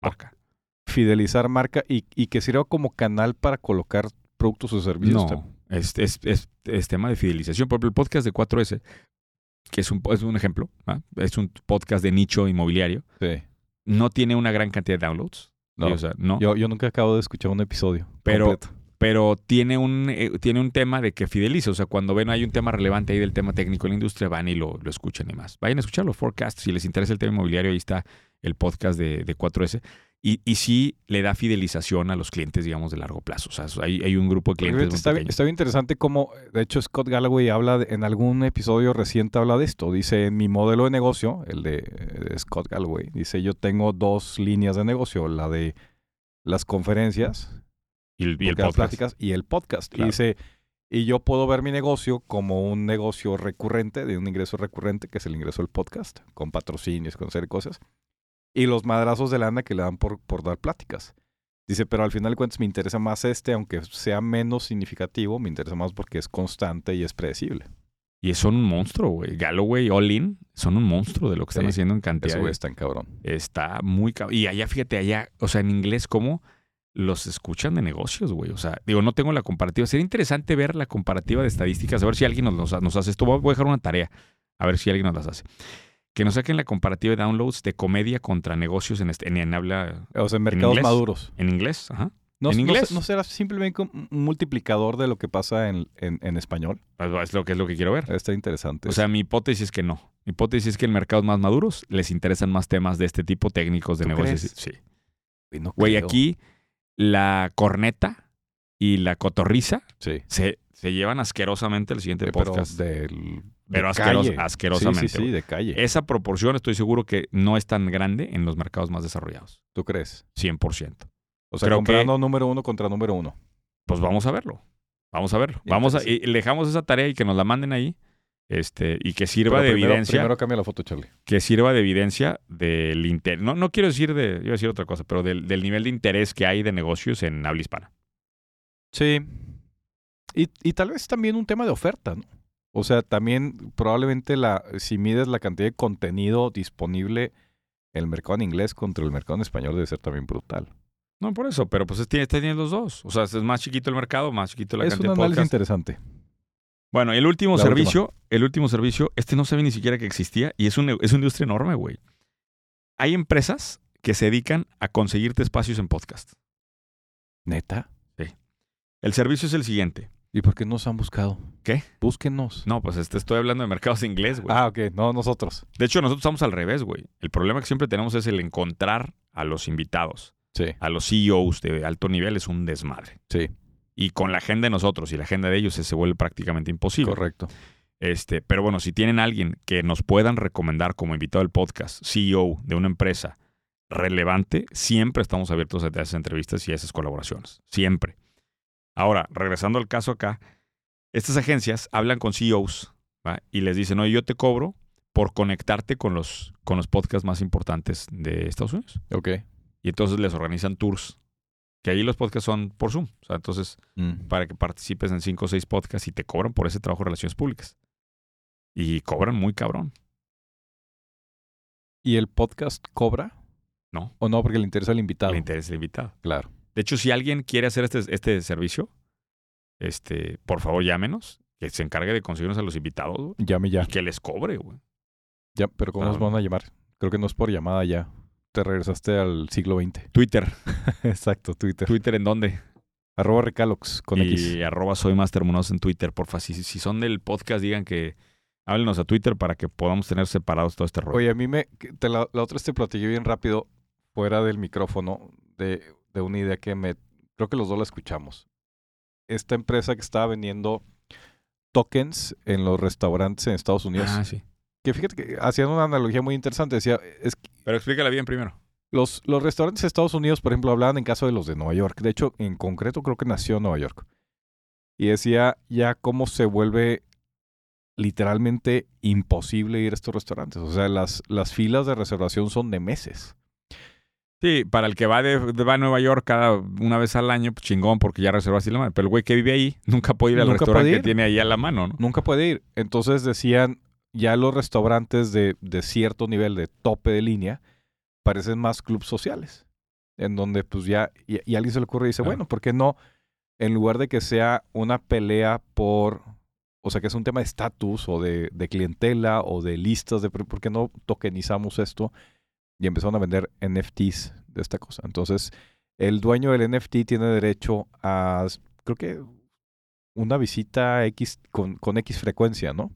marca.
Fidelizar marca y, y que sirva como canal para colocar productos o servicios.
No, es, es- es- es tema de fidelización. Por ejemplo, el podcast de 4S, que es un, es un ejemplo, ¿ah? es un podcast de nicho inmobiliario,
Sí.
no tiene una gran cantidad de downloads.
No.
Sí, o sea, no,
Yo, yo nunca acabo de escuchar un episodio.
Pero-
completo.
pero tiene un, eh, tiene un tema de que fideliza. O sea, cuando ven hay un tema relevante ahí del tema técnico en la industria, van y lo, lo escuchan y más. Vayan a escuchar los forecasts. Si les interesa el tema inmobiliario, ahí está el podcast de, de 4S. Y, y sí le da fidelización a los clientes, digamos, de largo plazo. O sea, hay, hay un grupo de
Porque
clientes muy
está, bien,
pequeños.
está bien interesante cómo, de hecho, Scott Galloway habla de- en algún episodio reciente habla de esto. Dice, en mi modelo de negocio, el de, eh, de Scott Galloway, dice, yo tengo dos líneas de negocio, la de las conferencias,
Y el, y el
porque las
podcast.
pláticas y el podcast.
Claro.
Y dice, y yo puedo ver mi negocio como un negocio recurrente, de un ingreso recurrente, que es el ingreso del podcast, con patrocinios, con hacer cosas. Y los madrazos de lana que le dan por, por dar pláticas. Dice, pero al final de cuentas me interesa más este, aunque sea menos significativo, me interesa más porque es constante y es predecible.
Y son un monstruo, güey. Galloway, Olin, son un monstruo de lo que están
Sí,
haciendo en
Eso
cantidad.
güey, es tan cabrón.
Está muy cab- Y allá, fíjate, allá, o sea, en inglés, ¿cómo los escuchan de negocios, güey? O sea, digo, no tengo la comparativa. Sería interesante ver la comparativa de estadísticas, a ver si alguien nos, nos- nos hace esto. Voy voy a dejar una tarea, a ver si alguien nos las hace. Que nos saquen la comparativa de downloads de comedia contra negocios en, este- en, en habla
O sea, en mercados
inglés?
maduros.
en inglés. Ajá.
No,
¿En
no
inglés?
se- ¿No será simplemente un un multiplicador de lo que pasa en, en- en español?
Es lo que es lo que quiero ver.
Está interesante.
O sea, mi hipótesis es que no. Mi hipótesis es que en mercados más maduros les interesan más temas de este tipo técnicos de
¿Tú
negocios.
crees?
Sí.
Güey, no
Güey,
creo.
aquí la corneta y la cotorriza
Sí.
se, se llevan asquerosamente el siguiente
Eh, pero
podcast.
del-
Pero
de
asqueros-
calle.
asquerosamente,
Sí, sí, sí,
güey.
de calle.
Esa proporción estoy seguro que no es tan grande en los mercados más desarrollados.
¿Tú crees?
100%.
O sea,
Creo
comprando número uno contra número uno.
Pues vamos a verlo. Vamos a verlo. Vamos a, y- y le dejamos esa tarea y que nos la manden ahí. Este, y que sirva
Pero
de
primero,
evidencia.
Primero cambia la foto, Charlie.
Que sirva de evidencia del interés. No, no quiero decir de. Iba a decir otra cosa, pero del, del nivel de interés que hay de negocios en habla hispana.
Sí. Y, y tal vez también un tema de oferta, ¿no? O sea, también probablemente la, si mides la cantidad de contenido disponible, el mercado en inglés contra el mercado en español debe ser también brutal.
No, por eso, pero pues tiene, tienes los dos. O sea, es más chiquito el mercado, más chiquito la
es un
cantidad de
análisis
podcasts.
interesante.
Bueno, el último
La
servicio, el último servicio, este no sabía ni siquiera que existía y es, un ne- es una industria enorme, güey. Hay empresas que se dedican a conseguirte espacios en podcast.
¿Neta?
El servicio es el siguiente.
¿Y por qué nos han buscado?
¿Qué?
Búsquenos.
No, pues este, estoy hablando de mercados de inglés, güey.
Ah, ok. No, nosotros.
De hecho, nosotros estamos al revés, güey. El problema que siempre tenemos es el encontrar a los invitados,
Sí,
a los CEOs de alto nivel es un desmadre.
sí.
Y con la agenda de nosotros y la agenda de ellos se, se vuelve prácticamente imposible.
correcto.
Este, pero bueno, si tienen alguien que nos puedan recomendar como invitado del podcast, CEO de una empresa relevante, siempre estamos abiertos a esas entrevistas y a esas colaboraciones. Siempre. Ahora, regresando al caso acá, estas agencias hablan con CEOs ¿va? y les dicen, oye, yo te cobro por conectarte con los, con los podcasts más importantes de Estados Unidos.
Ok.
Y entonces les organizan tours, que ahí los podcasts son por Zoom. O sea, entonces
Mm.
para que participes en cinco o seis podcasts y te cobran por ese trabajo de relaciones públicas. Y cobran muy cabrón.
¿Y el podcast cobra?
No.
O no, porque le interesa al invitado.
Le interesa el invitado.
Claro.
De hecho, si alguien quiere hacer este, este servicio, este, por favor llámenos, que se encargue de conseguirnos a los invitados güey,
Llame ya.
y que les cobre, güey.
Ya, pero ¿cómo nos
Claro.
van a llamar? Creo que no es por llamada ya. Te regresaste al siglo XX.
Twitter.
Exacto, Twitter.
¿Twitter en dónde?
Arroba Recalox con
y
X.
arroba soy Master Munoz en Twitter, porfa. Si, si son del podcast, digan que háblenos a Twitter para que podamos tener separados todo este rollo.
Oye, a mí me. que te la, la otra vez te platiqué bien rápido, fuera del micrófono, de, de una idea que me. Creo que los dos la escuchamos. Esta empresa que estaba vendiendo tokens en los restaurantes en Estados Unidos.
ah, sí.
Que fíjate que hacían una analogía muy interesante. Decía, es que
Pero explícala bien primero.
los, los restaurantes de Estados Unidos, por ejemplo, hablaban en caso de los de Nueva York. De hecho, en concreto, creo que nació en Nueva York. Y decía ya cómo se vuelve literalmente imposible ir a estos restaurantes. O sea, las, las filas de reservación son de meses.
Sí, para el que va de, de- va a Nueva York cada una vez al año, pues chingón, porque ya reservó así la mano. Pero el güey que vive ahí nunca puede ir al
Nunca
restaurante
puede
que
ir.
tiene ahí a la mano, ¿no?
Nunca puede ir. Entonces decían, ya los restaurantes de, de cierto nivel de tope de línea parecen más clubes sociales. En donde pues ya, y, y a alguien se le ocurre y dice,
Claro.
bueno, ¿por qué no? En lugar de que sea una pelea por, o sea, que es un tema de estatus o de, de clientela o de listas, de, ¿por qué no tokenizamos esto? Y empezaron a vender NFTs de esta cosa. Entonces, el dueño del NFT tiene derecho a, creo que, una visita X con, con X frecuencia, ¿no?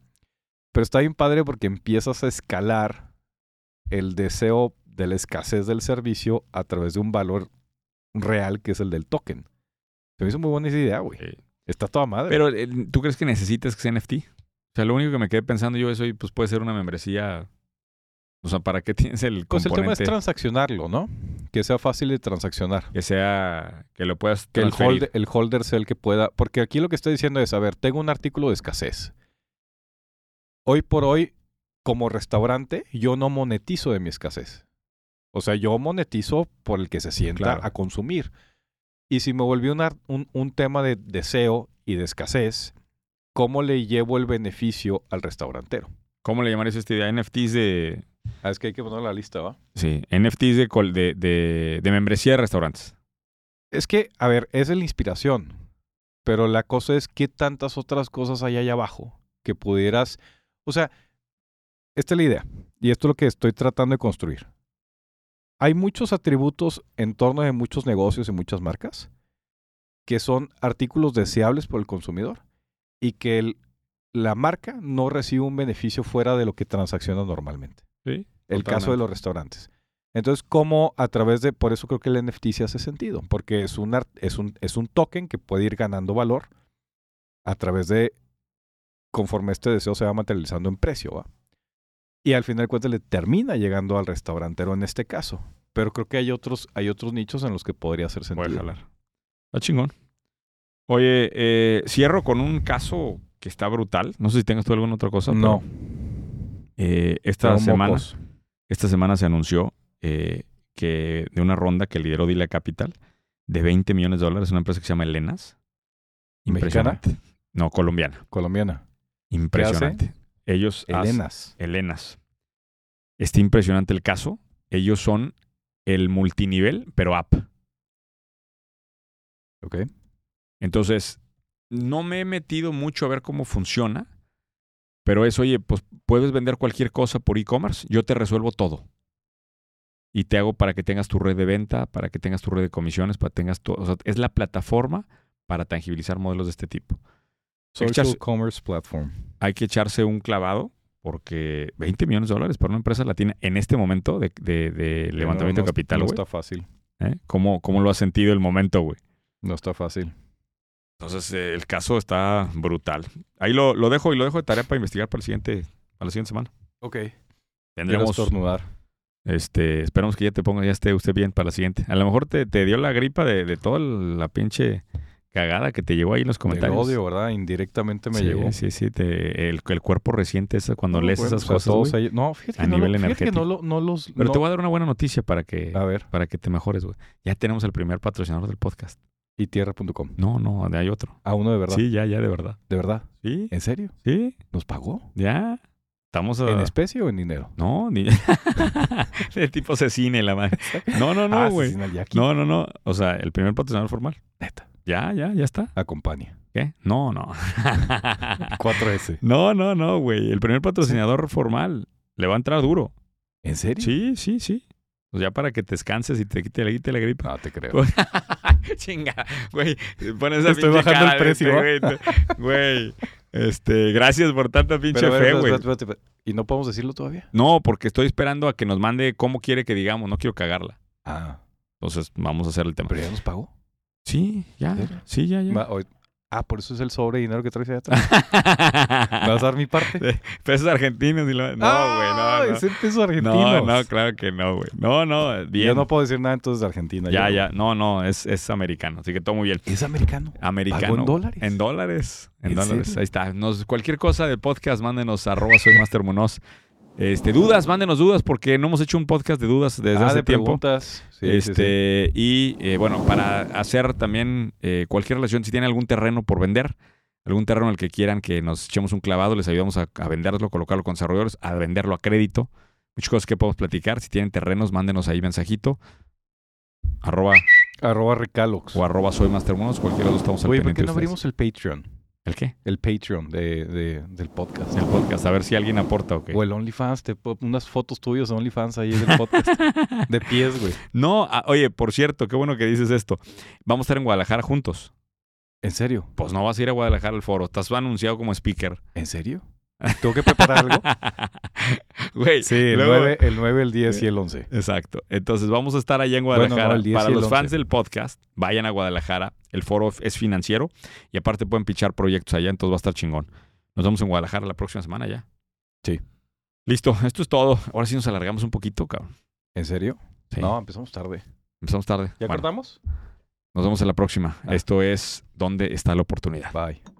Pero está bien padre porque empiezas a escalar el deseo de la escasez del servicio a través de un valor real que es el del token. Se me hizo muy buena esa idea, Ah, güey.
Sí.
Está toda madre.
Pero, eh, ¿tú crees que necesitas que sea NFT? O sea, lo único que me quedé pensando yo es hoy, pues puede ser una membresía. O sea, ¿para qué tienes el
pues el tema es
componente
transaccionarlo, ¿no? Que sea fácil de transaccionar.
que sea que lo puedas
Que el,
transferir?
holde- el holder sea el que pueda. Porque aquí lo que estoy diciendo es, a ver, tengo un artículo de escasez. Hoy por hoy, como restaurante, yo no monetizo de mi escasez. O sea, yo monetizo por el que se sienta
Claro.
a consumir. Y si me volvió un ar- un, un tema de deseo y de escasez, ¿cómo le llevo el beneficio al restaurantero?
¿Cómo le llamarías a esta idea? NFTs de.
Ah, es que hay que poner la lista, ¿va?
Sí, NFTs de, col- de, de, de membresía de restaurantes.
Es que, a ver, esa es la inspiración. Pero la cosa es qué tantas otras cosas hay allá abajo que pudieras. O sea, esta es la idea. Y esto es lo que estoy tratando de construir. Hay muchos atributos en torno de muchos negocios y muchas marcas que son artículos deseables por el consumidor y que el- la marca no recibe un beneficio fuera de lo que transacciona normalmente
Sí.
el caso de
Totalmente.
los restaurantes. Entonces, ¿cómo a través de, por eso creo que el NFT se hace sentido, porque es un, ar- es un, es un token que puede ir ganando valor a través de, conforme este deseo se va materializando en precio, ¿va? Y al final de cuentas le termina llegando al restaurantero en este caso. Pero creo que hay otros, hay otros nichos en los que podría hacer
Voy a
sentido.
jalar. Está chingón. Oye, eh, cierro con un caso que está brutal. No sé si tengas tú alguna otra cosa. pero,
No.
eh, esta
Pero
semana.
mocos.
Esta semana se anunció eh, que de una ronda que lideró Dila Capital de 20 millones de dólares, una empresa que se llama Elenas.
¿Mexicana?
Impresionante. No, colombiana.
Colombiana.
Impresionante. Ellos hacen-
Elenas.
Elenas. Está impresionante el caso. Ellos son el multinivel, pero app.
Ok.
Entonces, no me he metido mucho a ver cómo funciona, pero es, oye, pues puedes vender cualquier cosa por e-commerce, yo te resuelvo todo. Y te hago para que tengas tu red de venta, para que tengas tu red de comisiones, para que tengas todo. O sea, es la plataforma para tangibilizar modelos de este tipo.
Social
Echas-
Commerce Platform.
Hay que echarse un clavado porque 20 millones de dólares para una empresa latina en este momento de, de- de levantamiento
No- no-
de capital,
No
güey.
está fácil.
¿eh? ¿Cómo, ¿Cómo lo has sentido el momento, güey?
No está fácil.
Entonces, eh, el caso está brutal. Ahí lo, lo dejo y lo dejo de tarea para investigar para, el siguiente, para la siguiente semana.
Ok. Quiero
Tendremos,
estornudar.
este, esperamos que ya te ponga, ya esté usted bien para la siguiente. A lo mejor te, te dio la gripa de, de toda la pinche cagada que te llegó ahí en los
El
comentarios.
odio, ¿verdad? Indirectamente me
sí,
llegó.
Sí, sí, te- el, el cuerpo resiente eso cuando
No,
lees
bueno,
esas
o sea,
cosas.
todos
güey.
ahí- No, fíjate
a
que, no, lo-
nivel
fíjate que no,
energético.
lo- no los...
Pero
no- Ah.
te voy a dar una buena noticia para que,
A ver,
para que te mejores, güey. Ya tenemos el primer patrocinador del podcast.
y tierra.com.
No, no, hay otro.
A uno de verdad.
Sí, ya, ya, de verdad.
De verdad.
Sí,
¿En serio?
sí,
¿Nos pagó?
ya. Estamos a...
¿En especie o en dinero?
No, ni... el tipo se cine la madre. No, no,
Ah,
no, güey.
asesina Jackie.
no, no, no. O sea, el primer patrocinador formal.
Neta.
Ya, ya, ya está.
Acompaña.
¿Qué? No, no.
4S.
No, no, no, güey. El primer patrocinador formal. Le va a entrar duro.
¿En serio?
Sí, sí, sí. O sea, para que te descanses y te quite, la- quite la gripa.
No te creo.
Pues, Chinga, güey. Pones esa
Estoy
pinche
bajando
cara
el
de
precio,
este, Güey, Güey, Este, gracias por tanta pinche
Pero a ver,
fe,
espérate,
güey.
espérate, espérate. ¿Y no podemos decirlo todavía?
No, porque estoy esperando a que nos mande cómo quiere que digamos. No quiero cagarla.
Ah,
Entonces, vamos a hacer el tema.
pero ya nos pagó.
Sí, ya.
¿Sí?
Sí, ya, ya.
Ma- hoy- Ah, por eso es el sobre de dinero que traes allá atrás. ¿Me vas a dar mi parte?
Pesos argentinos y lo... No, güey,
Ah,
no, no.
Es en pesos
No,
argentinos.
no, claro que no, güey. No, no, bien.
Yo no puedo decir nada entonces de Argentina.
ya,
yo-
ya. No, no, es, es americano. Así que todo muy bien.
¿Es americano?
Americano.
¿Pagó en
güey.
dólares?
En dólares. En,
¿En
dólares.
serio?
Ahí está. Nos, cualquier cosa del podcast, mándenos arroba soy Master Munoz. Este, dudas, mándenos dudas porque no hemos hecho un podcast de dudas desde
Ah,
hace
de
tiempo.
preguntas. Sí, sí, sí.
este, Y eh, bueno, para hacer también eh, cualquier relación, si tienen algún terreno por vender, algún terreno en el que quieran que nos echemos un clavado, les ayudamos a, a venderlo, colocarlo con desarrolladores, a venderlo a crédito. Muchas cosas que podemos platicar. Si tienen terrenos, mándenos ahí mensajito. Arroba
Arroba Recalox.
o arroba soy Master Munoz, cualquiera de los dos estamos al
Oye, ¿por
pendiente
qué no
de ustedes.
abrimos el Patreon?
¿El qué?
El Patreon de, de- del podcast.
el podcast, a ver si alguien aporta o qué.
O el OnlyFans, te pon unas fotos tuyas de OnlyFans ahí del podcast. de pies, güey.
No, ah, oye, por cierto, qué bueno que dices esto. Vamos a estar en Guadalajara juntos.
¿En serio?
Pues no vas a ir a Guadalajara al foro, estás anunciado como speaker.
¿En serio? ¿Tengo que preparar algo?
Güey,
Sí, el,
luego-
9, el 9, el 10 y el 11.
Exacto. Entonces vamos a estar allá en
Bueno, no,
Guadalajara.
el 10 y
Para
el
los
11.
fans del podcast, vayan a Guadalajara. El foro es financiero y aparte pueden pichar proyectos allá, entonces va a estar chingón. Nos vemos en Guadalajara la próxima semana ya.
Sí.
Listo, esto es todo. Ahora sí nos alargamos un poquito, cabrón.
¿En serio?
Sí.
No, empezamos tarde.
Empezamos tarde.
¿Ya
Bueno,
cortamos?
nos vemos en la próxima.
Ah.
Esto es Donde está la oportunidad.
Bye.